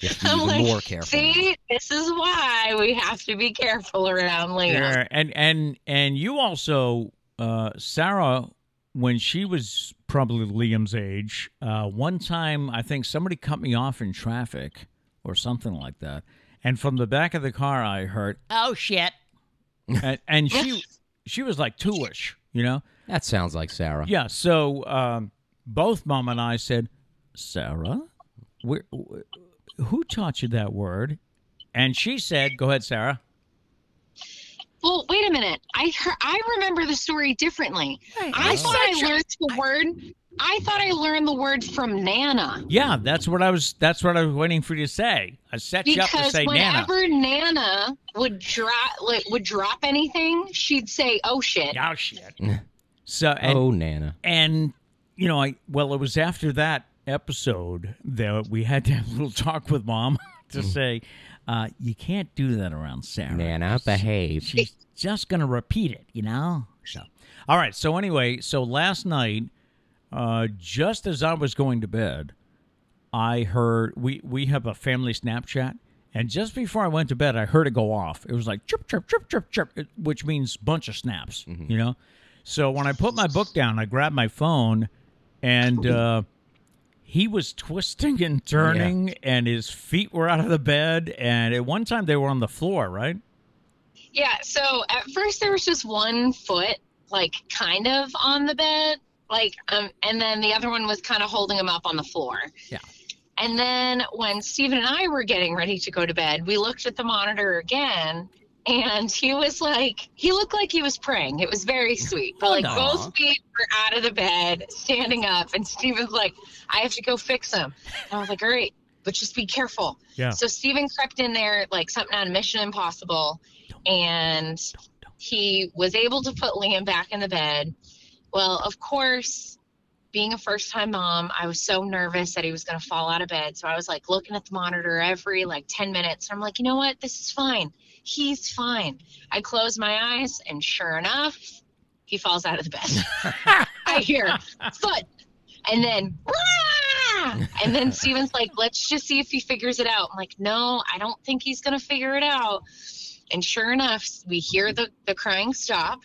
You have to be
i'm
even
like
more careful.
see this is why we have to be careful around liam
Yeah. And and and you also, uh, Sarah, when she was probably Liam's age, uh, one time I think somebody cut me off in traffic or something like that, and from the back of the car I heard, "Oh shit," and, and she she was like two-ish, you know.
That sounds like Sarah.
Yeah. So um, both mom and I said, Sarah, where, wh- who taught you that word? And she said, Go ahead, Sarah.
Well, wait a minute. I heard, I remember the story differently.
Oh.
I thought I learned the word. I thought I learned the word from Nana
Yeah, that's what I was. That's what I was waiting for you to say. I set you up to
because
say Nana.
whenever Nana, would drop like, would drop anything, she'd say, "Oh shit."
Oh shit. so and
oh Nana.
and you know I well it was after that episode that we had to have a little talk with mom to say uh, you can't do that around Sarah.
Nana, behave.
she's just gonna repeat it, you know. So, all right. So anyway, so last night, uh, just as I was going to bed, I heard we we have a family Snapchat, and just before I went to bed, I heard it go off. It was like chirp chirp chirp chirp chirp, it- which means bunch of snaps, you know. So when I put my book down, I grabbed my phone, and. Uh, he was twisting and turning, and his feet were out of the bed. And at one time, they were on the floor, right?
Yeah. So at first there was just one foot, like kind of on the bed, like um, and then the other one was kind of holding him up on the floor.
Yeah.
And then when Steven and I were getting ready to go to bed, we looked at the monitor again. And he was like, he looked like he was praying. It was very sweet. But like
Aw.
both feet were out of the bed, standing up. And Steven's like, I have to go fix him. And I was like, all right, but just be careful.
Yeah.
So Steven crept in there like something on Mission Impossible. And he was able to put Liam back in the bed. Well, of course, being a first time mom, I was so nervous that he was going to fall out of bed. So I was like looking at the monitor every like 10 minutes. And I'm like, you know what? This is fine. He's fine. I close my eyes, and sure enough, he falls out of the bed. I hear foot. And then, "Rah!" and then Steven's like, let's just see if he figures it out. I'm like, no, I don't think he's going to figure it out. And sure enough, we hear the, the crying stop.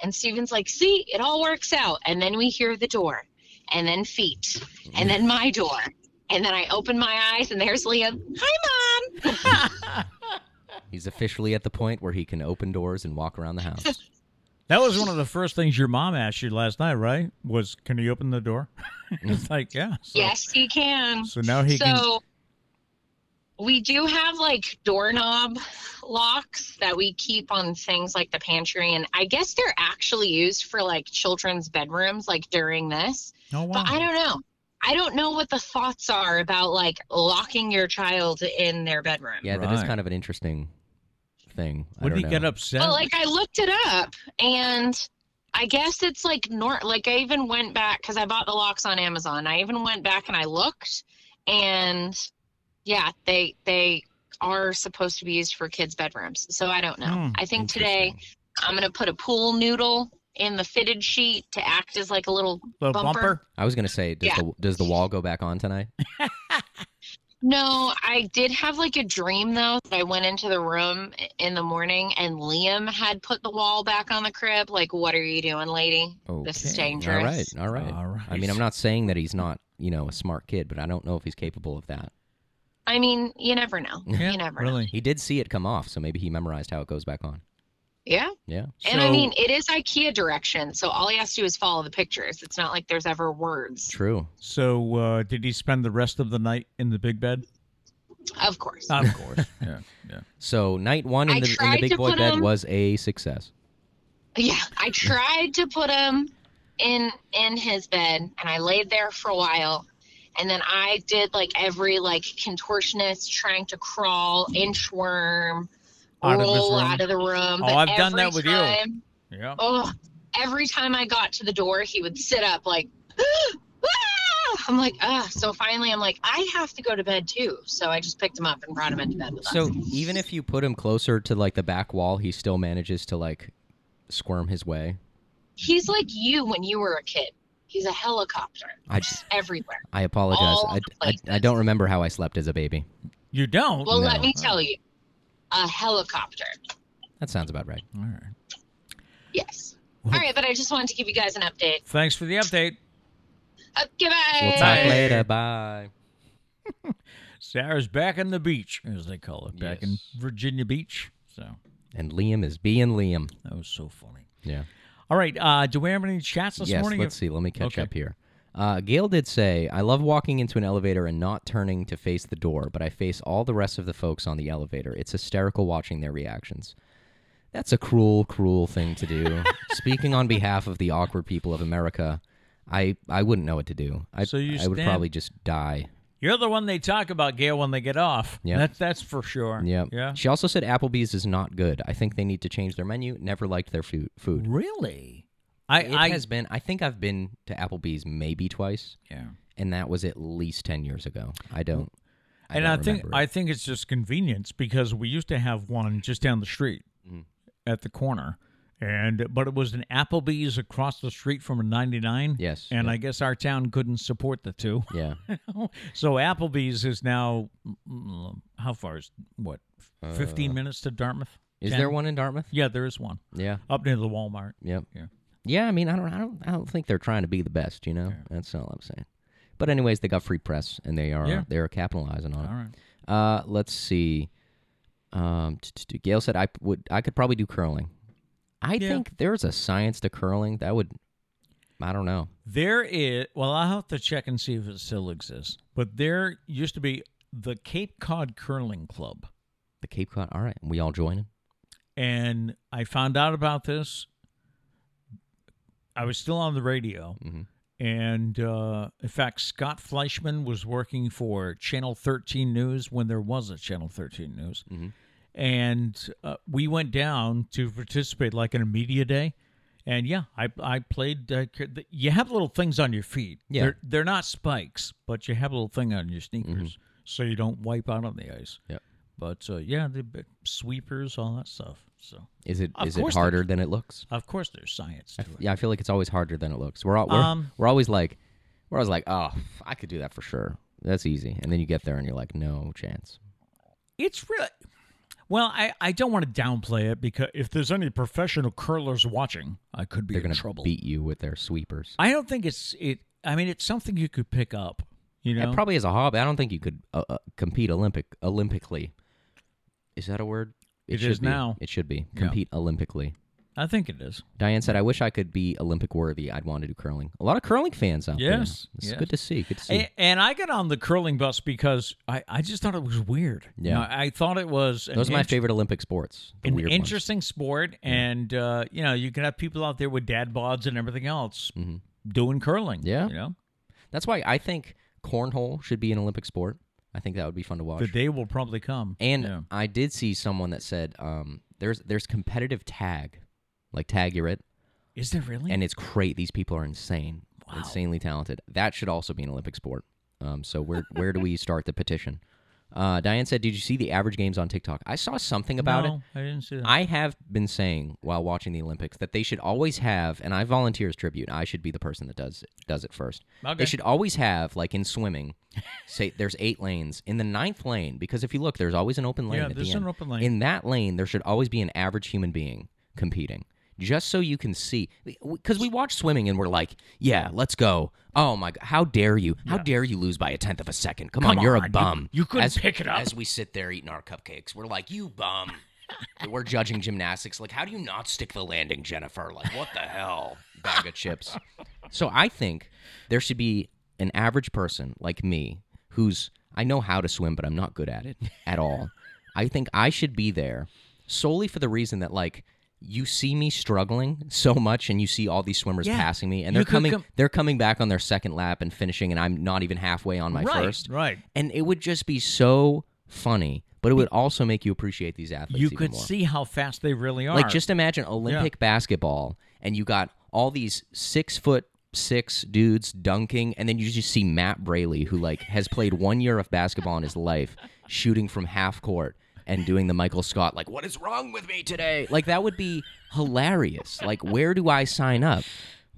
And Steven's like, see, it all works out. And then we hear the door, and then feet, and then my door. And then I open my eyes, and there's Liam. Hi, Mom.
He's officially at the point where he can open doors and walk around the house.
That was one of the first things your mom asked you last night, right? Was can he open the
Mm-hmm.
door? it's like, yeah. So,
yes, he can.
So now he
so,
can.
we do have like doorknob locks that we keep on things like the pantry and i guess they're actually used for like children's bedrooms like during this
Oh wow.
but i don't know i don't know what the thoughts are about like locking your child in their bedroom
Yeah, that is
Right.
kind of an interesting thing. I
Would
don't
he
know.
get upset?
Well, like I looked it up, and I guess it's like north. Like I even went back because I bought the locks on Amazon. I even went back and I looked, and yeah, they they are supposed to be used for kids' bedrooms. So I don't know.
Hmm,
I think today
Interesting.
I'm gonna put a pool noodle in the fitted sheet to act as like a little.
Little
bumper.
I was gonna say, does
Yeah.
the does the wall go back on tonight?
No, I did have like a dream though that I went into the room in the morning and Liam had put the wall back on the crib. Like, what are you doing, lady?
Oh,
This is dangerous.
All right, all right.
All right.
I mean, I'm not saying that he's not, you know, a smart kid, but I don't know if he's capable of that.
I mean, you never know.
Yeah,
you never know.
really.
He did see it come off, so maybe he memorized how it goes back on.
Yeah.
Yeah.
And I
So-
mean, it is IKEA directions, so all he has to do is follow the pictures. It's not like there's ever words.
True.
So uh, did he spend the rest of the night in the big bed?
Of course.
Of course. yeah. Yeah.
So night one
I
in the in the
tried
big
to
boy
put
bed
him-
was a success.
yeah. I tried to put him in in his bed and I laid there for a while. And then I did like every like contortionist trying to crawl, inchworm,
Out of his
roll
room.
out of the
Oh,
room. but
I've done
every
that with you.
time,
Yeah.
oh, every time I got to the door, he would sit up like, "Ah!" I'm like, ah. So finally, I'm like, I have to go to bed too. So I just picked him up and brought him into bed with us.
So even if you put him closer to like the back wall, he still manages to like squirm his way.
He's like you when you were a kid. He's a helicopter.
I
Just everywhere.
I apologize.
All
I,
the
I,
places.
I don't remember how I slept as a baby.
You don't.
Well, let
no.
me tell you, a helicopter.
That sounds about right.
All right.
Yes. All right, but I just wanted to give you guys an update. Uh,
Thanks for the update.
Okay, bye.
We'll talk later. Bye.
Sarah's back on the beach, as they call it, back
Yes.
in Virginia Beach. So
And Liam is being Liam.
that was so funny.
Yeah.
All right. Uh, do we have any chats this
yes.
morning?
Let's see. Let me catch
Okay.
up here. Uh, Gail did say, "I love walking into an elevator and not turning to face the door, but I face all the rest of the folks on the elevator. It's hysterical watching their reactions." That's a cruel, cruel thing to do. Speaking on behalf of the awkward people of America, I I wouldn't know what to do. I
So you
I would
stand-
probably just die.
You're the one they talk about, Gail, when they get off.
Yeah.
That's, that's for sure.
Yeah.
Yeah.
She also said Applebee's is not good. I think they need to change their menu. Never liked their food. Food.
Really? I,
It
I
has been. I think I've been to Applebee's maybe twice.
yeah.
and that was at least 10 years ago. I don't. I
and
don't
I think
remember it.
I think it's just convenience because we used to have one just down the street
Mhm.
at the corner, and but it was an Applebee's across the street from a 99.
Yes,
and
yeah.
I guess our town couldn't support the two,
Yeah.
so Applebee's is now mm, how far is what 15 minutes to Dartmouth?
Uh, Is
10?
there one in Dartmouth?
Yeah, there is one
Yeah.
up near the Walmart.
Yep.
Yeah.
Yeah, I mean, I don't I don't I don't think they're trying to be the best, you know. That's all I'm saying. But anyways, they got free press and they are
Yeah.
they're capitalizing on it.
All right.
Uh let's see. Um t- t- t- Gail said I p- would I could probably do curling. I
Yeah.
think there's a science to curling that would I don't know.
There is well, I'll have to check and see if it still exists. But there used to be the Cape Cod Curling Club.
The Cape Cod. All right. We all joining?
and I found out about this. I was still on the radio,
Mhm.
and uh, in fact, Scott Fleischman was working for Channel 13 News when there was a Channel 13 News,
Mhm.
and uh, we went down to participate, like in a media day. And yeah, I I played. Uh, cur- the- you have little things on your feet.
Yeah.
they're, they're not spikes, but you have a little thing on your sneakers,
Mm-hmm.
so you don't wipe out on the ice.
Yep.
But uh, yeah, the b- sweepers, all that stuff. So
Is it is
Of
it
course there's-
harder than it looks?
of course, there's science to it.
Yeah, I feel like it's always harder than it looks. We're all, we're,
Um,
we're always like we're always like, oh, I could do that for sure. That's easy. And then you get there and you're like, no chance.
It's really well. I, I don't want to downplay it because if there's any professional curlers watching, I could be
They're
in
gonna
trouble.
beat you with their sweepers.
I don't think it's it. I mean, it's something you could pick up. You know,
It probably is a hobby. I don't think you could uh, uh, compete Olympic Olympically. Is that a word?
It is
should be.
now.
It should be
Yeah.
compete Olympically.
I think it is.
Diane said, "I wish I could be Olympic worthy. I'd want to do curling. A lot of curling fans out there.
Yes,
it's
yes.
good to see. Good to see.
A- And I got on the curling bus because I, I just thought it was weird.
Yeah.
You know, I thought it was. an
Those are my
int-
favorite Olympic sports. The
An
weird
interesting sport, and uh, you know you can have people out there with dad bods and everything else doing curling.
Mm-hmm. Yeah.
you know,
ones. That's why I think cornhole should be an Olympic sport. I think that would be fun to watch.
the day will probably come.
And
Yeah.
I did see someone that said um, there's there's competitive tag, like tag you're it,
is there really?
and it's great. These people are insane,
Wow.
insanely talented. That should also be an Olympic sport. Um, so where where do we start the petition? Uh, Diane said, "Did you see the average games on TikTok? I saw something about it.
no, I didn't see that.
I have been saying while watching the Olympics that they should always have, and I volunteer as tribute. I should be the person that does it, does it first.
Okay.
They should always have, like in swimming, say there's eight lanes. In the ninth lane, because if you look, there's always an open lane.
Yeah,
at the
there's an
end.
open lane.
In that lane, there should always be an average human being competing. Just so you can see, because we watch swimming and we're like, "Yeah, let's go." Oh my god, how dare you? How dare you lose by a tenth of a second? Come, on, you're a bum.
you couldn't
as,
pick it up.
As we sit there eating our cupcakes, we're like, "You bum." we're judging gymnastics. Like, how do you not stick the landing, Jennifer? Like, what the hell? Bag of chips. So I think there should be an average person like me who's I know how to swim, but I'm not good at it at all. I think I should be there solely for the reason that like you see me struggling so much and you see all these swimmers
Yeah.
passing me and
You
they're
could
coming
com-
they're coming back on their second lap and finishing and I'm not even halfway on my
right,
first
right.
and it would just be so funny but it would also make you appreciate these athletes
You
even
could
more.
see how fast they really are.
Like just imagine Olympic basketball, and you got all these six foot six dudes dunking, and then you just see Matt Braley, who like has played one year of basketball in his life, shooting from half court and doing the Michael Scott, like what is wrong with me today? Like that would be hilarious. Like where do I sign up?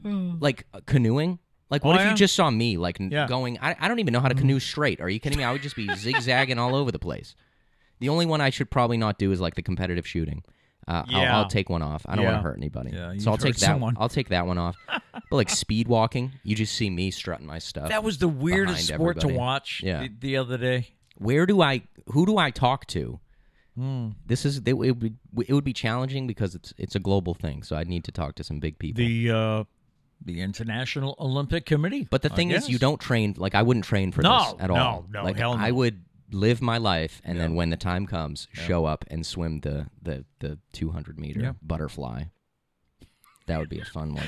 Like uh, canoeing. Like what
Hmm. Oh,
if
yeah.
you just saw me like n-
Yeah. Hmm.
going? I, I don't even know how to canoe straight. Are you kidding me? I would just be zigzagging all over the place. The only one I should probably not do is like the competitive shooting. Uh,
Yeah.
I'll, I'll take one off. I don't want
Yeah.
to hurt anybody.
Yeah, you've
so I'll take
hurt
that.
someone.
I'll take that one off. but like speed walking, you just see me strutting my stuff.
that was the weirdest
behind
sport
everybody.
to watch.
Yeah.
The, the other day.
Where do I? Who do I talk to?
Hmm.
This is it would be it would be challenging because it's it's a global thing. So I need to talk to some big people.
the uh, the International Olympic Committee.
but the
I
thing is, you
guess.
don't train. Like I wouldn't train for
No,
this at
no,
all.
no,
like
hell no.
I would live my life, and then when the time comes, show up and swim the the the 200 meter
Yeah.
butterfly. That would be a fun one.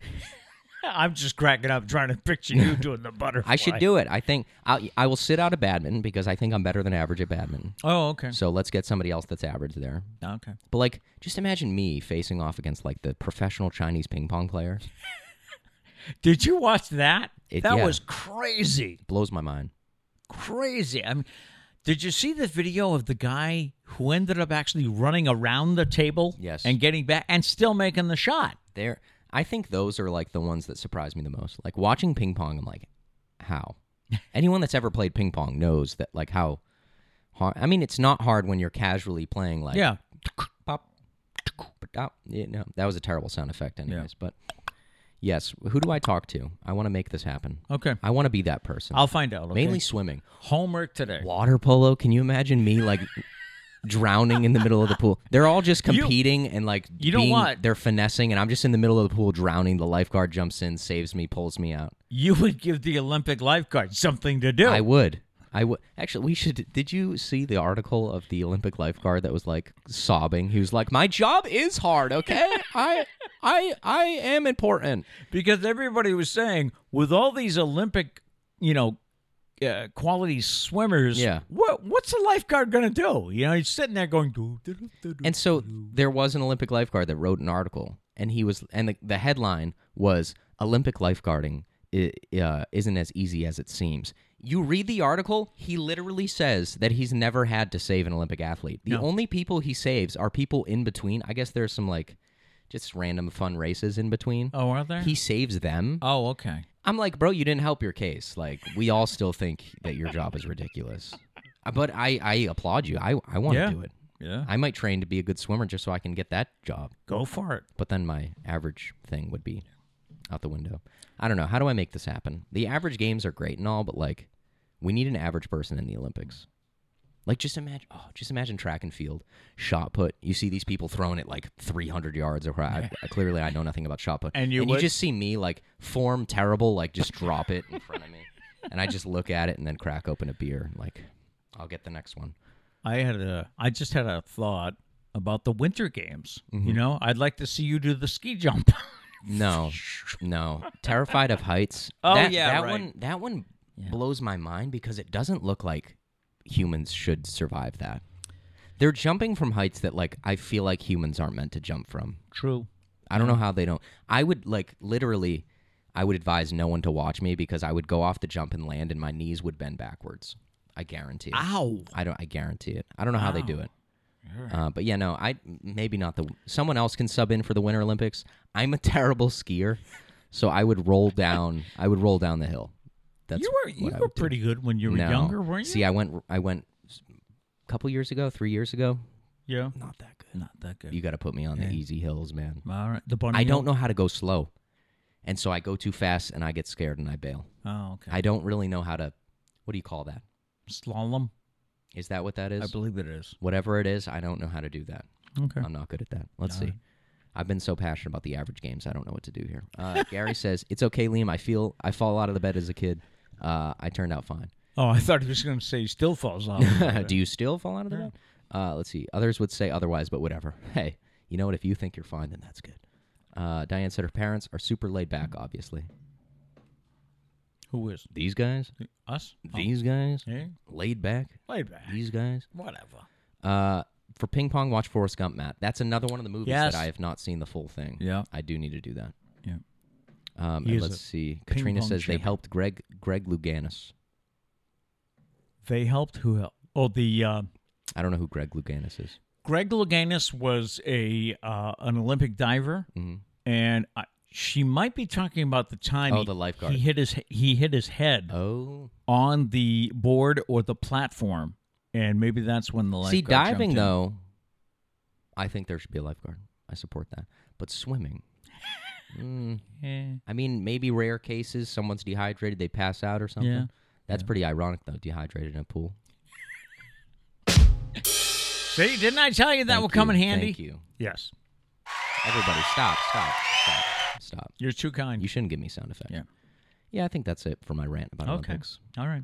I'm just cracking up trying to picture you doing the butterfly.
I should do it. I think I'll, I will sit out of badminton because I think I'm better than average at badminton.
Oh, okay.
So let's get somebody else that's average there.
Okay.
But like, just imagine me facing off against like the professional Chinese ping pong player.
Did you watch that?
It-
that
yeah.
was crazy,
Blows my mind.
crazy. I mean, did you see the video of the guy who ended up actually running around the table?
Yes.
And getting back and still making the shot.
There, I think those are like the ones that surprise me the most. Like watching ping pong, I'm like, how? Anyone that's ever played ping pong knows that like how hard. I mean, it's not hard when you're casually playing. Like
yeah.
pop. But oh, yeah, no, that was a terrible sound effect, anyways. But yes, who do I talk to? I want to make this happen.
Okay.
I want to be that person.
Oh. I'll find out. Okay?
Mainly swimming,
homework today.
water polo. Can you imagine me like drowning in the middle of the pool? They're all just competing and like
You know
being,
what?
They're finessing, and I'm just in the middle of the pool drowning. The lifeguard jumps in, saves me, pulls me out.
You would give the Olympic lifeguard something to do.
I would. I would actually. We should. Did you see the article of the Olympic lifeguard that was like sobbing? He was like, "My job is hard. Okay, I, I, I am important."
because everybody was saying with all these Olympic, you know, uh, quality swimmers,
Yeah.
what what's a lifeguard gonna do? You know, he's sitting there going, doo, doo, doo, doo, doo.
And so there was an Olympic lifeguard that wrote an article, and he was, and the, the headline was "Olympic lifeguarding i- uh, isn't as easy as it seems." You read the article, he literally says that he's never had to save an Olympic athlete. The only people he saves are people in between. I guess there's some like just random fun races in between.
oh, are there?
He saves them.
oh, okay.
I'm like, bro, you didn't help your case. Like, we all still think that your job is ridiculous. Uh, But I, I applaud you. I, I want to
Yeah.
do it.
Yeah,
I might train to be a good swimmer just so I can get that job.
go for it.
But then my average thing would be out the window. I don't know. How do I make this happen? The average games are great and all, but like, we need an average person in the Olympics. Like just imagine, oh, just imagine track and field, shot put. You see these people throwing it like 300 yards or I, I- clearly I know nothing about shot put.
And you
and
would-
you just see me like form terrible, like just drop it in front of me, and I just look at it and then crack open a beer and like, I'll get the next one.
I had a I just had a thought about the winter games.
Mm-hmm.
You know, I'd like to see you do the ski jump.
No, no, terrified of heights.
Oh,
that,
yeah,
that
right.
one that one blows my mind because it doesn't look like humans should survive that. They're jumping from heights that like I feel like humans aren't meant to jump from.
True.
I don't know
Mm.
how they don't. I would like literally, I would advise no one to watch me because I would go off the jump and land, and my knees would bend backwards. I guarantee it.
Ow.
I don't. I guarantee it. I don't know how they do it. Uh, but yeah, no. I maybe not the. Someone else can sub in for the Winter Olympics. I'm a terrible skier, so I would roll down. I would roll down the hill. That's
you were you
what I
were
would do.
pretty good when you were
No.
younger, weren't you?
See, I went. I went a couple years ago, three years ago.
yeah.
Not that good.
Not that good.
You got to put me on the easy hills, man.
All right. The bunny.
I don't know how to go slow. And so I go too fast and I get scared and I bail.
Oh, okay.
I don't really know how to what do you call that?
Slalom.
Is that what that is?
I believe it is.
Whatever it is, I don't know how to do that.
Okay.
I'm not good at that. Let's see. I've been so passionate about the average games, I don't know what to do here. Uh, Gary says, It's okay, Liam. I feel I fall out of the bed as a kid. Uh, I turned out fine.
Oh, I thought he was going to say he still falls off.
do you still fall out of the bed? Uh, let's see. Others would say otherwise, but whatever. Hey, you know what? If you think you're fine, then that's good. Uh, Diane said her parents are super laid back, obviously.
Who is
These guys?
us?
These guys?
Oh, yeah.
laid back.
Laid back.
These guys.
Whatever.
Uh, for ping pong, watch Forrest Gump, Matt. That's another one of the movies
Yes.
that I have not seen the full thing.
Yeah.
I do need to do that.
Yeah.
Um,
He
and
is a
let's see.
ping
Katrina
pong
says they
champion.
helped Greg Greg Louganis.
They helped. Who helped? Oh, the uh,
I don't know who Greg Louganis is.
Greg Louganis was a uh, an Olympic diver,
Mm-hmm.
and I, she might be talking about the time.
Oh,
he-
the lifeguard.
He hit his he hit his head
Oh,
on the board or the platform, and maybe that's when the lifeguard
see, diving
jumped in.
though, I think there should be a lifeguard. I support that. But swimming,
Eh,
I mean, maybe rare cases, someone's dehydrated, they pass out or something.
Yeah.
That's pretty ironic though, dehydrated in a pool.
See, didn't I tell you that
Thank
would come
you,
in handy?
Thank you.
Yes,
Everybody, stop, stop, stop, stop.
you're too kind.
You shouldn't give me sound effects.
Yeah.
Yeah, I think that's it for my rant about
okay.
Olympics.
All right.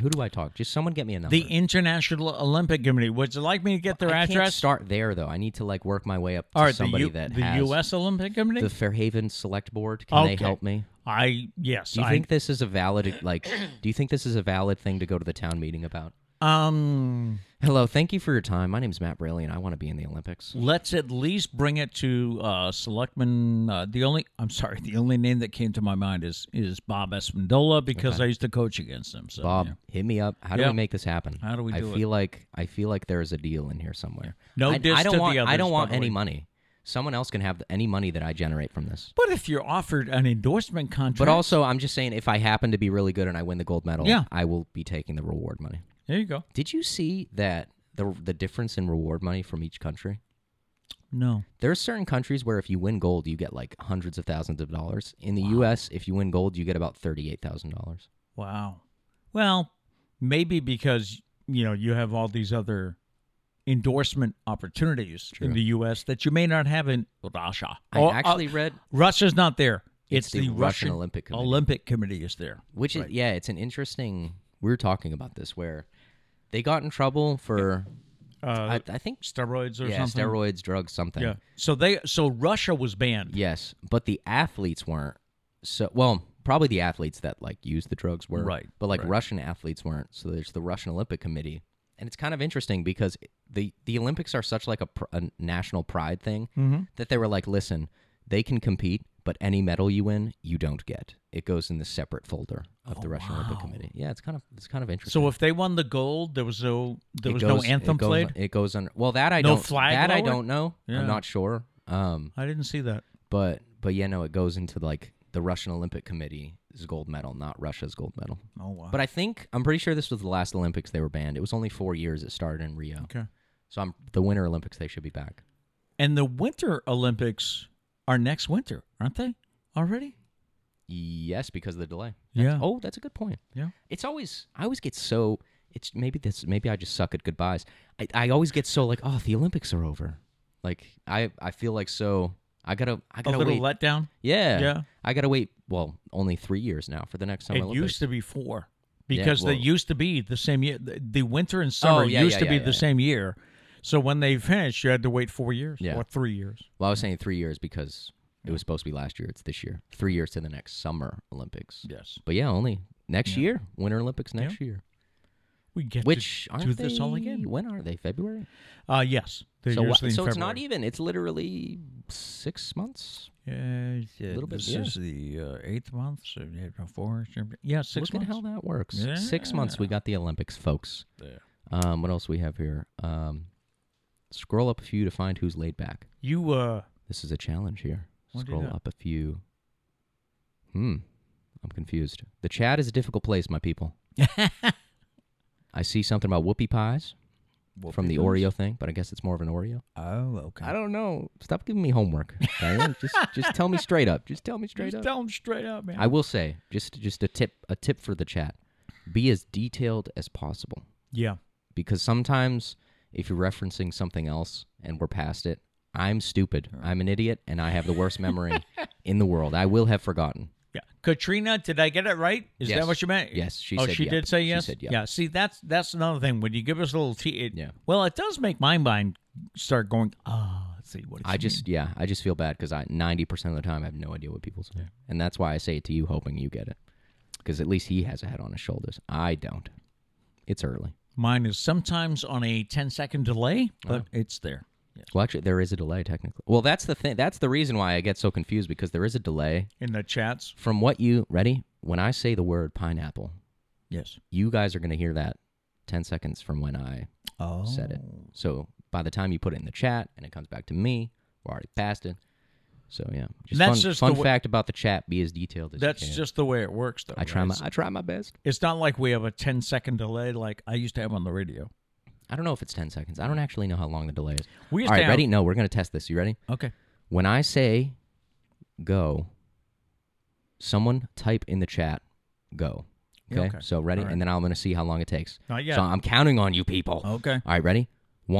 Who do I talk? Just someone get me a number.
The International Olympic Committee. Would you like me to get their
I can't
address?
start there though. I need to like work my way up to
All right,
somebody
the, U-
that
the
has
U.S. Olympic Committee.
the Fairhaven Select Board. Can they
Okay.
help me?
I yes.
Do you
I
think this is a valid like? Do you think this is a valid thing to go to the town meeting about?
um.
Hello, thank you for your time. My name's Matt Braley, and I want to be in the Olympics.
Let's at least bring it to uh, Selectman. Uh, the only I'm sorry, the only name that came to my mind is is Bob Espindola because I used to coach against him. So
Bob,
yeah.
hit me up. How do
Yeah.
we make this happen?
How do we
I
do it?
feel like I feel like there is a deal in here somewhere.
No
I,
diss
I don't
to the
want. I
others,
don't want
by the
any
way.
money. Someone else can have the- any money that I generate from this.
But if you're offered an endorsement contract,
But also, I'm just saying, if I happen to be really good and I win the gold medal,
Yeah.
I will be taking the reward money.
there you go.
Did you see that the the difference in reward money from each country?
No,
There are certain countries where if you win gold, you get like hundreds of thousands of dollars. In the U.S., if you win gold, you get about thirty-eight thousand dollars.
wow. Well, maybe because you know you have all these other endorsement opportunities in the U.S. that you may not have in Russia.
I
Or, uh,
actually read,
Russia's not there.
It's
It's,
the
the,
Russian Olympic Committee.
Olympic Committee is there.
which is yeah, it's an interesting. We were talking about this where they got in trouble for
Uh,
I, I think
steroids or
yeah,
something.
steroids, drugs, something.
Yeah. So they so Russia was banned.
Yes, but the athletes weren't. So well, probably the athletes that like used the drugs were
Right,
But like
right.
Russian athletes weren't. So there's the Russian Olympic Committee, and it's kind of interesting because the the Olympics are such like a, pr- a national pride thing
Mm-hmm.
that they were like, listen, they can compete, but any medal you win, you don't get. It goes in the separate folder of the Russian Olympic Committee. Yeah, it's kind of it's kind of interesting.
Oh, So if they won the gold, there was no there
It
was
goes-
no anthem
it goes,
played.
It goes under. Well, that I
No
don't.
flag
that I
lowered?
don't know.
Yeah.
I'm not sure. Um,
I didn't see that.
but but yeah, no, it goes into like the Russian Olympic Committee's gold medal, not Russia's gold medal.
Oh wow.
But I think I'm pretty sure this was the last Olympics they were banned. It was only four years. It started in Rio,
okay.
so I'm the Winter Olympics they should be back.
And the Winter Olympics are next winter, aren't they? Already?
Yes, because of the delay.
Yeah.
Oh, that's a good point.
Yeah.
It's always I always get so it's maybe this maybe I just suck at goodbyes. I, I always get so like, oh, the Olympics are over. Like I I feel like so I gotta I
A
gotta
little
wait.
letdown.
yeah,
Yeah.
I gotta wait. Well, only three years now for the next summer
It
Olympics.
used to be four because they
well- Oh,
used to be the same year. The the winter and summer
yeah,
used
yeah,
to be
yeah, yeah,
the
yeah.
same year. So when they finished, you had to wait four years
Yeah.
or three years.
well, I was saying three years because it was supposed to be last year. It's this year. Three years to the next summer Olympics.
Yes,
But yeah, only next year. Winter Olympics next year.
we get
Which
to
aren't
do this all
they-
again.
When are they? February.
Uh yes. They're
So, wha-
usually in
so it's not
February.
even. It's literally six months.
Yeah,
little bit,
This
yeah.
is the uh, eighth month, so yeah, four. Yeah, six
Look
months.
at how that works. Six months.
Yeah.
We got the Olympics, folks. Um, what else we have here? Um, scroll up a few to find who's laid back.
You uh,
This is a challenge here.
What do you
scroll
got?
up a few. Hmm. I'm confused. The chat is a difficult place, my people. I see something about whoopie pies from the Oreo thing, but I guess it's more of an Oreo.
Oh, okay.
I don't know. Stop giving me homework. okay? just, just tell me straight up. Just tell me straight
Just
up.
tell 'em straight up, man.
I will say just just a tip a tip for the chat. Be as detailed as possible
yeah.
because sometimes if you're referencing something else and we're past it, I'm stupid. I'm an idiot and I have the worst memory in the world. I will have forgotten.
Yeah. Katrina, did I get it right? Is that
Yes.
what you meant?
Yes, she
oh,
said
she
yep.
did say
She
yes.
said yep.
Yeah. See, that's that's another thing. When you give us a little tea, it,
Yeah.
Well, it does make my mind start going. Ah, let's see what.
I just yeah, I just feel bad cuz I 90% of the time I have no idea what people say. And that's why I say it to you hoping you get it. Cuz at least he has a head on his shoulders. I don't. It's early.
mine is sometimes on a 10 second delay,
Uh-huh.
but it's there.
Well, actually, there is a delay technically. Well, that's the thing. That's the reason why I get so confused because there is a delay
In the chats.
from what you ready when i say the word pineapple
Yes.
you guys are going to hear that 10 seconds from when i
Oh.
said it so by the time you put it in the chat and it comes back to me we're already past it so yeah just
That's
fun,
just
fun
the wa-
fact about the chat be as detailed as you
That's
can.
just the way it works, though.
i try
right?
my i try my best
It's not like we have a 10 second delay like I used to have on the radio.
i don't know if it's 10 seconds i don't actually know how long the delay is
We
all
used to
right
have-
ready no we're going to test this you ready
Okay.
when i say go someone type in the chat go okay,
Okay.
so ready
All right. Uh,
and then i'm going to see how long it takes
Not yet.
So I'm counting on you people.
Okay.
All right, ready?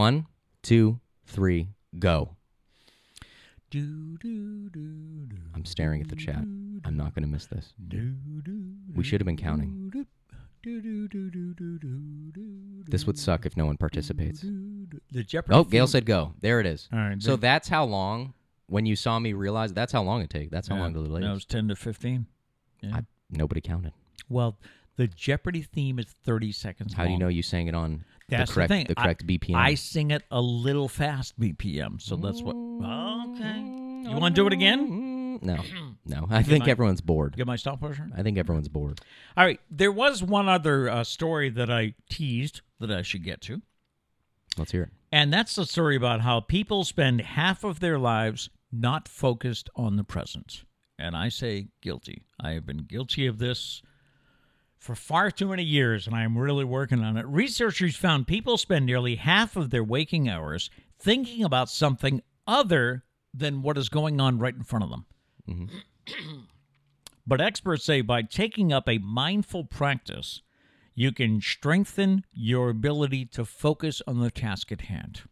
One, two, three, go.
Do, do, do, do,
I'm staring at the chat. I'm not going to miss this.
do, do,
We should have been counting.
do, do, do, do, do, do, do, do,
This would suck if no one participates.
do, do. The Jeopardy.
Oh, Gail
theme-
said go. There it is.
All right,
So
then-
that's how long, when you saw me realize, that's how long it take. That's how
Yeah.
long the delay
No, it
is.
was 10 to 15. yeah.
I, nobody counted.
Well, the Jeopardy theme is 30 seconds
How do you
long.
know you sang it on
That's
the correct,
thing. I-
correct BPM?
I sing it a little fast BPM, so that's what. Okay. You want to do it again?
Mm, no, no. I think everyone's bored.
Get my stop pressure?
I think everyone's bored.
All right. There was one other uh, story that I teased that I should get to.
Let's hear it.
And that's the story about how people spend half of their lives not focused on the present. And I say guilty. I have been guilty of this for far too many years, and I am really working on it. Researchers found people spend nearly half of their waking hours thinking about something other than what is going on right in front of them. but experts say by taking up a mindful practice, you can strengthen your ability to focus on the task at hand.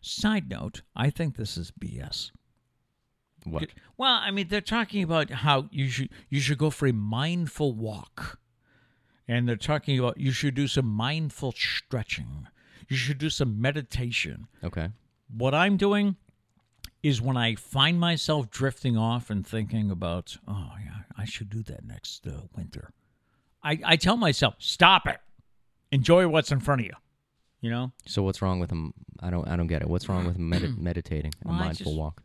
Side note, I think this is BS.
What?
Well, I mean, they're talking about how you should you should go for a mindful walk. And they're talking about you should do some mindful stretching. You should do some meditation.
Okay.
What I'm doing is when I find myself drifting off and thinking about, oh yeah, I should do that next uh, winter. I, I tell myself, stop it. Enjoy what's in front of you. You know?
So what's wrong with him? I don't. I don't get it. What's wrong with medi- meditating? A
Well, I
mindful
just-
walk.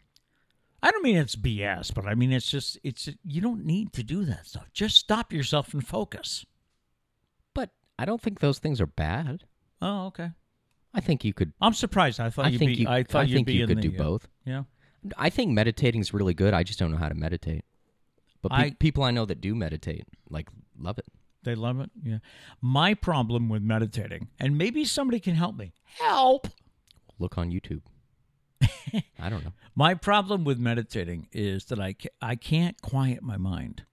I don't mean it's BS, but I mean it's just it's you don't need to do that stuff. Just stop yourself and focus.
But I don't think those things are bad.
Oh, okay.
I think you could.
I'm surprised. I thought
I
you'd
think
be.
you.
I thought you'd
think
be
you
in
could
the,
do
uh,
both.
Yeah.
I think meditating's really good. I just don't know how to meditate. But pe-
I-
people I know that do meditate like love it.
They love it. Yeah. My problem with meditating, and maybe somebody can help me. Help.
Look on YouTube. I don't know.
My problem with meditating is that I ca- I can't quiet my mind.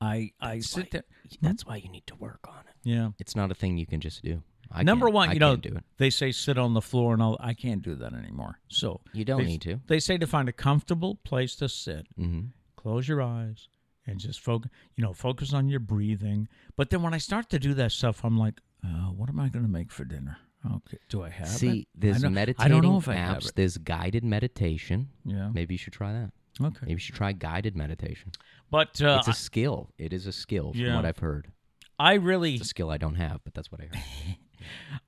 I I sit there.
That's why you need to work on it.
Yeah.
It's not a thing you can just do. I
Number
can't-
one,
I
you know,
can't do it.
they say sit on the floor and all. I can't do that anymore. So
You don't
they-
need to.
They say to find a comfortable place to sit,
hmm
close your eyes, and just focus. You know, focus on your breathing. But then when I start to do that stuff, I'm like, uh, what am I going to make for dinner? Okay, do I have it?
See,
I
there's
don't-
meditating
I don't know if I have
apps.
it.
There's guided meditation.
Yeah.
Maybe you should try that.
Okay.
Maybe you should try guided meditation.
But uh,
it's a skill. It is a skill, from
Yeah. E.
what I've heard.
I I really,
It's a skill I don't have, but that's what I heard.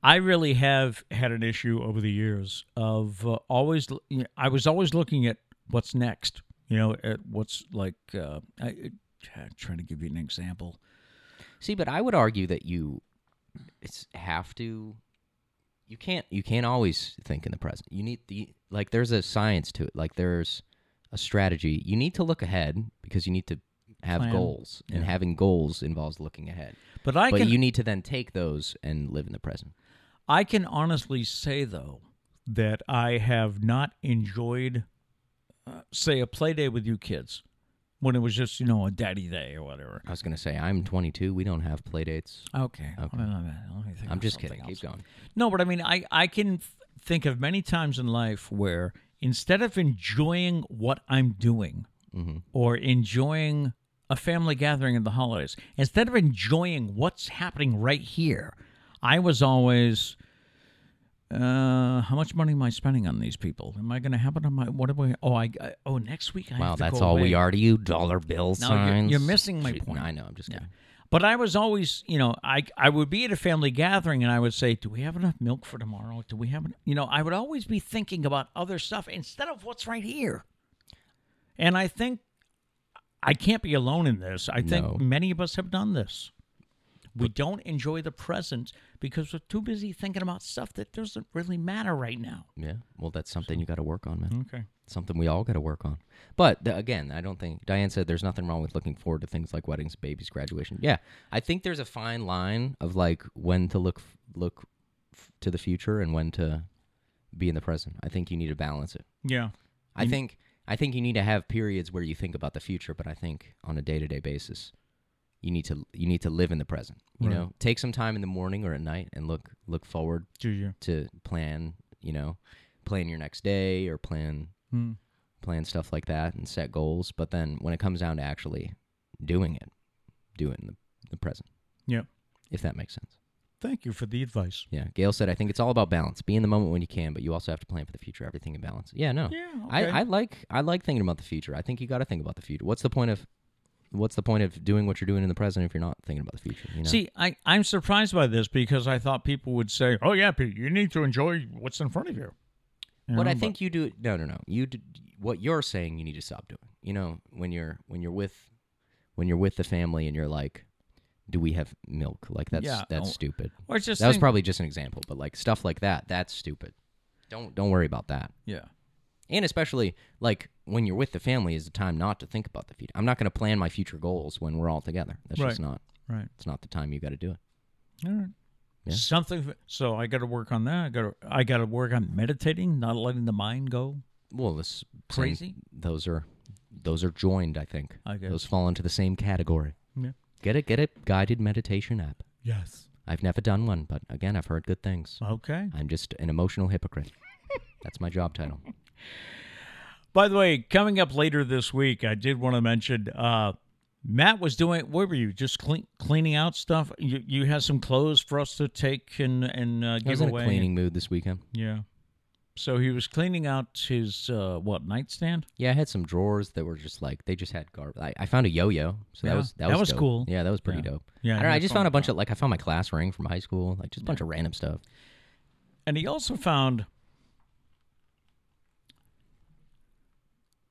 I really have had an issue over the years of uh, always. you know, I was always looking at what's next. You know, at what's like. Uh, I, I'm trying to give you an example.
See, but I would argue that you it's have to you can't you can't always think in the present. You need the like there's a science to it. Like there's a strategy. You need to look ahead because you need to have
Plan.
goals and
Yeah.
having goals involves looking ahead.
But I
but
can,
you need to then take those and live in the present.
I can honestly say though that I have not enjoyed, uh, say, a play day with you kids, when it was just you know a daddy day or whatever.
I was going to say I'm 22, we don't have play dates.
Okay.
Okay.
Hold on a minute. Let me think
I'm
of
just
something
kidding.
else.
Keep going.
No, but I mean, I, I can f- think of many times in life where instead of enjoying what I'm doing
Mm-hmm.
or enjoying a family gathering in the holidays, instead of enjoying what's happening right here, I was always, uh, how much money am I spending on these people? Am I going to have it on my, what am I, oh, I, I- oh, next week I
Wow,
have to
that's
go
all we
away.
are to you, dollar bill
No, you're-
signs.
you're missing my
Gee,
point.
I know, I'm just kidding.
But I was always, you know, I I would be at a family gathering and I would say, "Do we have enough milk for tomorrow? Do we have, en-" you know?" I would always be thinking about other stuff instead of what's right here. And I think I can't be alone in this. I
No.
think many of us have done this. We don't enjoy the present because we're too busy thinking about stuff that doesn't really matter right now.
Yeah. Well, that's something you got to work on, man.
Okay.
something we all got to work on. But th- again, I don't think Diane said there's nothing wrong with looking forward to things like weddings, babies, graduation. Yeah, I think there's a fine line of like when to look f- look f- to the future and when to be in the present. I think you need to balance it.
Yeah.
I think I think you need to have periods where you think about the future, but I think on a day-to-day basis you need to you need to live in the present. You
Right.
know, take some time in the morning or at night and look look forward
Do you?
to plan, you know, plan your next day or plan
Hmm.
plan stuff like that and set goals. But then when it comes down to actually doing it, do it in the, the present,
Yeah.
if that makes sense.
Thank you for the advice.
Yeah. Gail said, I think it's all about balance. Be in the moment when you can, but you also have to plan for the future, everything in balance. Yeah, no.
Yeah. okay.
I, I like I like thinking about the future. I think you gotta think about the future. What's the point of what's the point of doing what you're doing in the present if you're not thinking about the future? You know?
See, I, I'm surprised by this because I thought people would say, oh, yeah, Pete, you need to enjoy what's in front of you. You
But
know,
I think you do. No, no, no. You d what you're saying. You need to stop doing. You know, when you're when you're with when you're with the family and you're like, do we have milk? Like that's
Yeah,
that's
oh,
stupid.
Or it's just
That was
think-
probably just an example, but like stuff like that, that's stupid. Don't don't worry about that.
Yeah.
And especially like when you're with the family is the time not to think about the future. I'm not going to plan my future goals when we're all together. That's just
Right.
not.
Right.
It's not the time you got to do it.
All right.
Yeah.
Something. So I got to work on that. I got to. I got to work on meditating, not letting the mind go.
Well, this
Crazy?
Those are those are joined. I think
I guess.
those fall into the same category.
Yeah.
Get a get a guided meditation app.
Yes.
I've never done one, but again, I've heard good things.
Okay.
I'm just an emotional hypocrite. That's my job title.
By the way, coming up later this week, I did want to mention uh, Matt was doing. Where were you? Just clean, cleaning out stuff. You you had some clothes for us to take and and uh,
I was
give
in
away.
a cleaning mood this weekend.
Yeah. So he was cleaning out his uh, what nightstand?
Yeah, I had some drawers that were just like they just had garbage. I, I found a yo-yo, so
Yeah,
that was that,
that
was,
was
dope.
cool.
Yeah, that was pretty
Yeah.
dope.
Yeah,
I don't know. I
that's
just
what
found
I
a bunch
thought.
of like I found my class ring from high school, like just a bunch of random stuff.
And he also found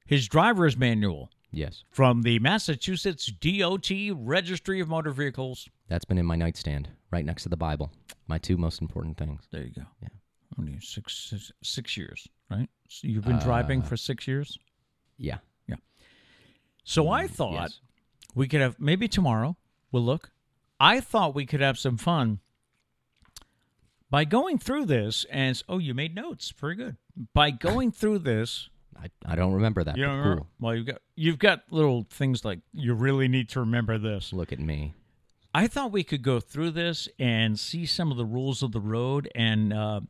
his driver's manual
Yes,
from the Massachusetts DOT Registry of Motor Vehicles.
that's been in my nightstand, right next to the Bible. My two most important things.
There you go.
Yeah.
Only six six, six years, right? So you've been driving for six years.
Yeah.
So I thought
yes.
we could have maybe tomorrow we'll look. I thought we could have some fun by going through this and s- oh, you made notes, very good. By going through this,
I, I don't remember that.
you
but
don't
cool.
remember? Well, you've got you've got little things like you really need to remember this.
Look at me.
I thought we could go through this and see some of the rules of the road. And uh,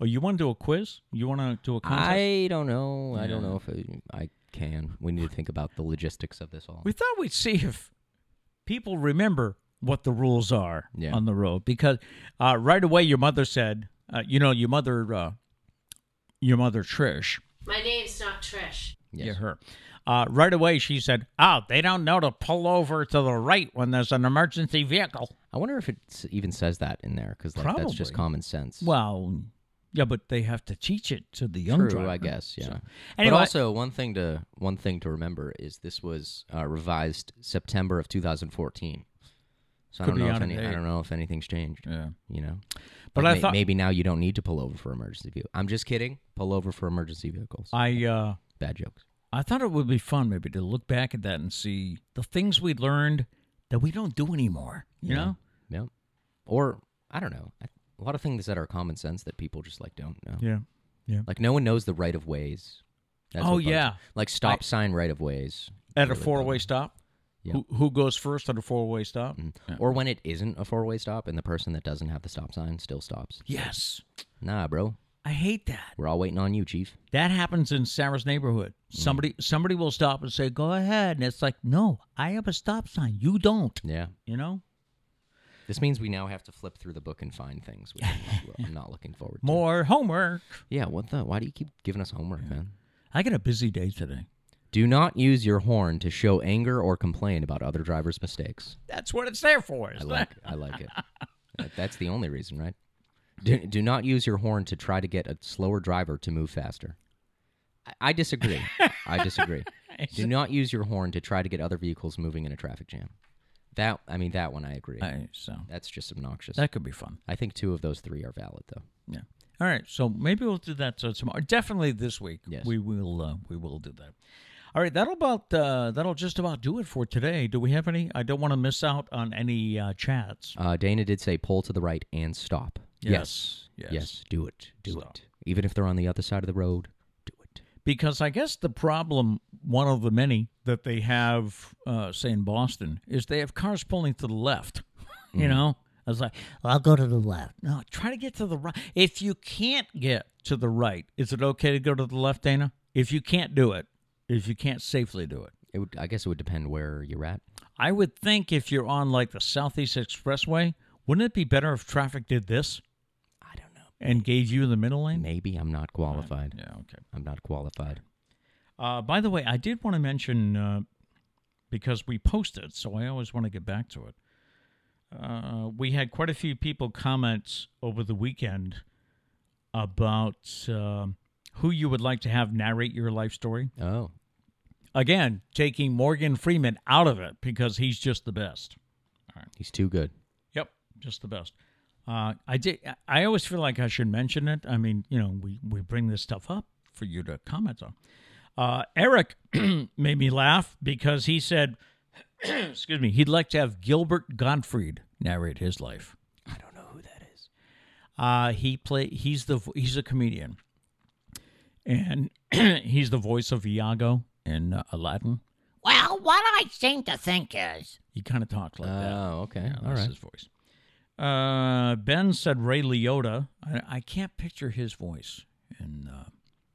oh, you want to do a quiz? You want to do a contest?
I don't know. I don't know if I, I can. We need to think about the logistics of this all.
We thought we'd see if people remember what the rules are
Yeah.
on the road because uh, right away your mother said, uh, you know, your mother, uh, your mother Trish,
My name's not Trish.
Yes.
yeah, her. Uh, right away she said, "Oh, they don't know to pull over to the right when there's an emergency vehicle."
I wonder if it s- even says that in there because like that's just
Probably.
common sense.
Well, yeah, but they have to teach it to the young
True,
driver.
I guess. Yeah.
Anyway,
but also one thing to one thing to remember is this was uh, revised September of 2014. So I
Could
don't
be
know if
out of
any, I
date.
don't know if anything's changed.
Yeah.
You know.
But
Like,
I
may-
thought-
maybe now you don't need to pull over for emergency vehicle. I'm just kidding. Pull over for emergency vehicles.
I uh,
Bad jokes.
I thought it would be fun maybe to look back at that and see the things we learned that we don't do anymore. You know,
Yep. Or I don't know. I- A lot of things that are common sense that people just like don't know.
Yeah.
Like no one knows the right of ways. That's
Oh,
what bugs
yeah.
me. Like stop sign right of ways.
At a four way stop?
Yeah.
Who, who goes first at a four way stop?
Or when it isn't a four way stop and the person that doesn't have the stop sign still stops.
Yes.
Nah, bro.
I hate that.
We're all waiting on you, Chief.
That happens in Sarah's neighborhood.
Mm-hmm.
Somebody somebody will stop and say, Go ahead. And it's like, No, I have a stop sign. You don't.
Yeah.
You know?
This means we now have to flip through the book and find things, which I'm not- I'm not looking forward to.
More homework.
Yeah, what the? Why do you keep giving us homework, man?
I got a busy day today.
Do not use your horn to show anger or complain about other drivers' mistakes.
That's what it's there for.
I
Is
like I like it. That- That's the only reason, right? Do, do not use your horn to try to get a slower driver to move faster. I, I disagree. I disagree. Do not use your horn to try to get other vehicles moving in a traffic jam. That I mean that one I agree.
so
That's just obnoxious.
that could be fun.
I think two of those three are valid though.
Yeah. All right. So maybe we'll do that uh, tomorrow. Definitely this week.
Yes.
We will. Uh, we will do that. All right. That'll about. Uh, that'll just about do it for today. Do we have any? I don't want to miss out on any uh, chats.
Uh, Dana did say pull to the right and stop.
Yes.
Yes.
Yes.
Do it. Do
Stop.
it. Even if they're on the other side of the road, do it.
Because I guess the problem, one of the many that they have, uh, say in Boston, is they have cars pulling to the left. You know, I was like, I'll go to the left. No, try to get to the right. If you can't get to the right, is it okay to go to the left, Dana? If you can't do it, if you can't safely do it,
It would I guess it would depend where you're at.
I would think if you're on like the Southeast Expressway, wouldn't it be better if traffic did this
I don't know.
and gave you the middle lane?
Maybe I'm not qualified.
Yeah, okay.
I'm not qualified.
Uh, by the way, I did want to mention uh, because we posted, so I always want to get back to it. Uh, we had quite a few people comment over the weekend about um who you would like to have narrate your life story.
Oh.
Again, taking Morgan Freeman out of it because he's just the best.
He's too good.
Yep, just the best. Uh, I did. I always feel like I should mention it. I mean, you know, we we bring this stuff up for you to comment on. Uh, Eric made me laugh because he said, "Excuse me," he'd like to have Gilbert Gottfried narrate his life. I don't know who that is. Uh, he play. He's the vo- he's a comedian, and he's the voice of Iago in uh, Aladdin.
Well, what I seem to think is
He kind of talked like that.
Oh, okay.
Yeah,
All
that's
right.
his voice. Uh, ben said Ray Liotta. I, I can't picture his voice, and uh,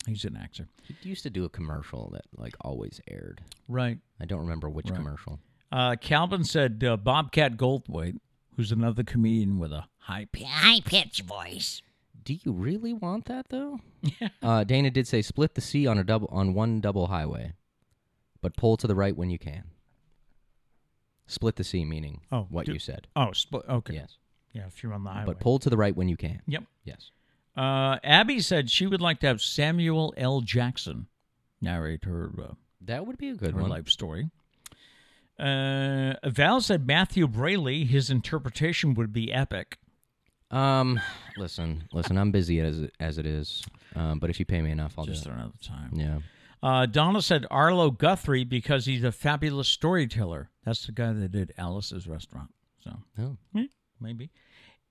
he's an actor,
He used to do a commercial that like always aired.
right?
I don't remember which commercial.
Uh, Calvin said uh, Bobcat Goldthwait, who's another comedian with a high pitch.
high pitched voice.
Do you really want that though? uh, Dana did say split the sea on a double on one double highway, but pull to the right when you can. Split the sea meaning
Oh,
what
do-
you said.
Oh, split. Okay,
Yes.
yeah, if you're on the highway.
But pull to the right when you can.
yep.
Yes.
Uh, Abby said she would like to have Samuel L. Jackson narrate her uh,
That would be a good
her
one.
life story. Uh, Val said Matthew Braley, his interpretation would be epic.
Um, listen, listen. I'm busy as it- as it is. Um, but if you pay me enough, I'll
Just
do it.
another time.
Yeah.
Uh, Donna said Arlo Guthrie because he's a fabulous storyteller. That's the guy that did Alice's Restaurant. So
Oh.
eh, maybe.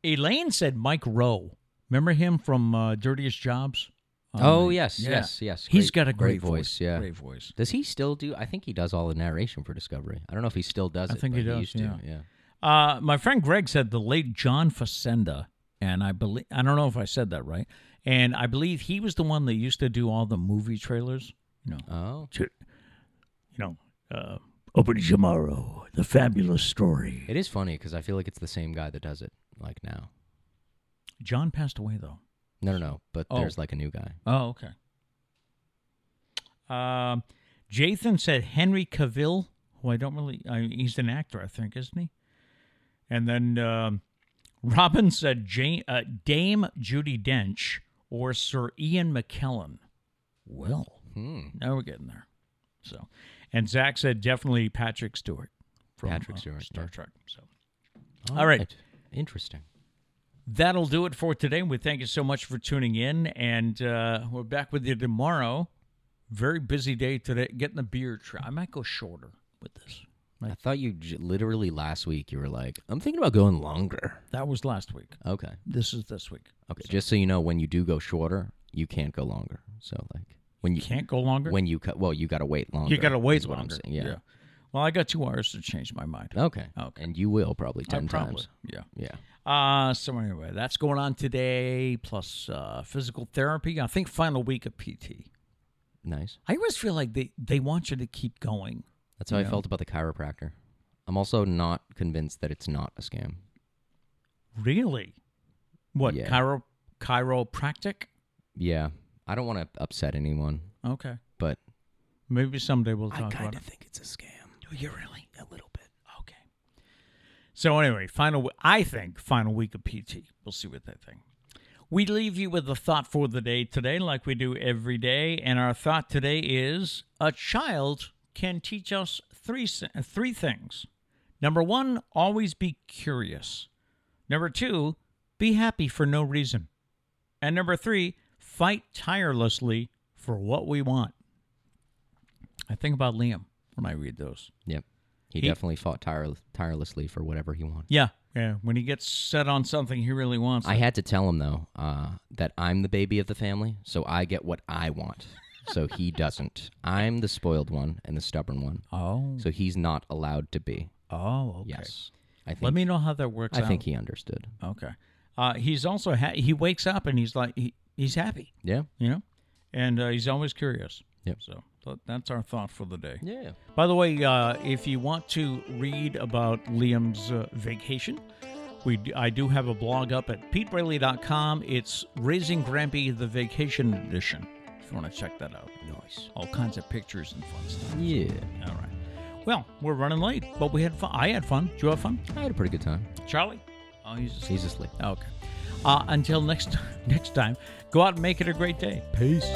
Elaine said Mike Rowe. Remember him from uh, Dirtiest Jobs?
Oh, yes, yes, yes.
He's
Great-
got a
great
great,
voice, yeah.
great voice.
Does he still do? I think he does all the narration for Discovery. I don't know if he still does
I
it.
think
but
he does,
used to.
yeah.
yeah.
Uh, my friend Greg said the late John Facenda, and I believe I don't know if I said that right, and I believe he was the one that used to do all the movie trailers. You know,
Oh,
you know, uh, open tomorrow, the fabulous story.
it is funny because I feel like it's the same guy that does it like now.
John passed away though.
No, no, no. But
Oh.
there's like a new guy.
Oh, okay. Um, Jathan said Henry Cavill, who I don't really, I, he's an actor, I think, isn't he? And then um, Robin said ja- uh, Dame Judy Dench or Sir Ian McKellen. Well,
Hmm.
now we're getting there. So, and Zach said definitely Patrick Stewart from
Patrick
uh,
Stewart,
Star
yeah.
Trek. So. All right.
Interesting.
That'll do it for today. We thank you so much for tuning in, and uh, we're back with you tomorrow. Very busy day today. Getting the beer. Tra- I might go shorter with this.
I thought you j- literally last week you were like, I'm thinking about going longer.
That was last week.
Okay.
This is this week.
Okay. Just so you know, when you do go shorter, you can't go longer. So like when you
Can't go longer.
when you cut, well, you got to wait longer.
you got to
is
wait
what I'm
longer.
saying, Yeah.
Well, I got two hours to change my mind.
Okay.
Okay.
And you will probably
I
ten
probably-
times.
Yeah.
Yeah.
Uh, so anyway, that's going on today. Plus uh, physical therapy. I think final week of PT.
Nice.
I always feel like they they want you to keep going.
That's how I felt about the chiropractor. I'm also not convinced that it's not a scam.
Really? What
Yeah.
chiro chiropractic?
Yeah. I don't want to upset anyone,
Okay.
but
Maybe someday we'll talk about it.
think it's a scam.
Do you Oh, really? A little bit. Okay. So anyway, final. I think final week of PT. We'll see what they think. We leave you with a thought for the day today, like we do every day, and our thought today is: a child can teach us three s- three things. Number one, always be curious. Number two, be happy for no reason. And number three, fight tirelessly for what we want. I think about Liam when I read those.
Yep. He,
He-
definitely fought tirel- tirelessly for whatever he wanted.
Yeah, yeah. When he gets set on something he really wants,
I had to tell him though uh, that I'm the baby of the family, so I get what I want. So he doesn't. I'm the spoiled one and the stubborn one.
oh,
So he's not allowed to be.
oh, okay.
Yes. I think
Let me know how that works.
I
out.
think he understood.
Okay. Uh, he's also ha- he wakes up and he's like he, he's happy,
Yeah.
you know, and uh, he's always curious.
Yep.
So th- that's our thought for the day.
Yeah.
By the way, uh, if you want to read about Liam's uh, vacation, we d- I do have a blog up at PeteBraley.com. It's Raising Grampy, the Vacation Edition. If you want to check that out,
Nice.
all kinds of pictures and fun stuff.
Yeah.
All right. Well, we're running late, but we had fun. I had fun. Did you have fun,
I had a pretty good time.
Charlie? Oh, he's asleep.
He's asleep.
Okay. Uh, until next next time, go out and make it a great day. Peace.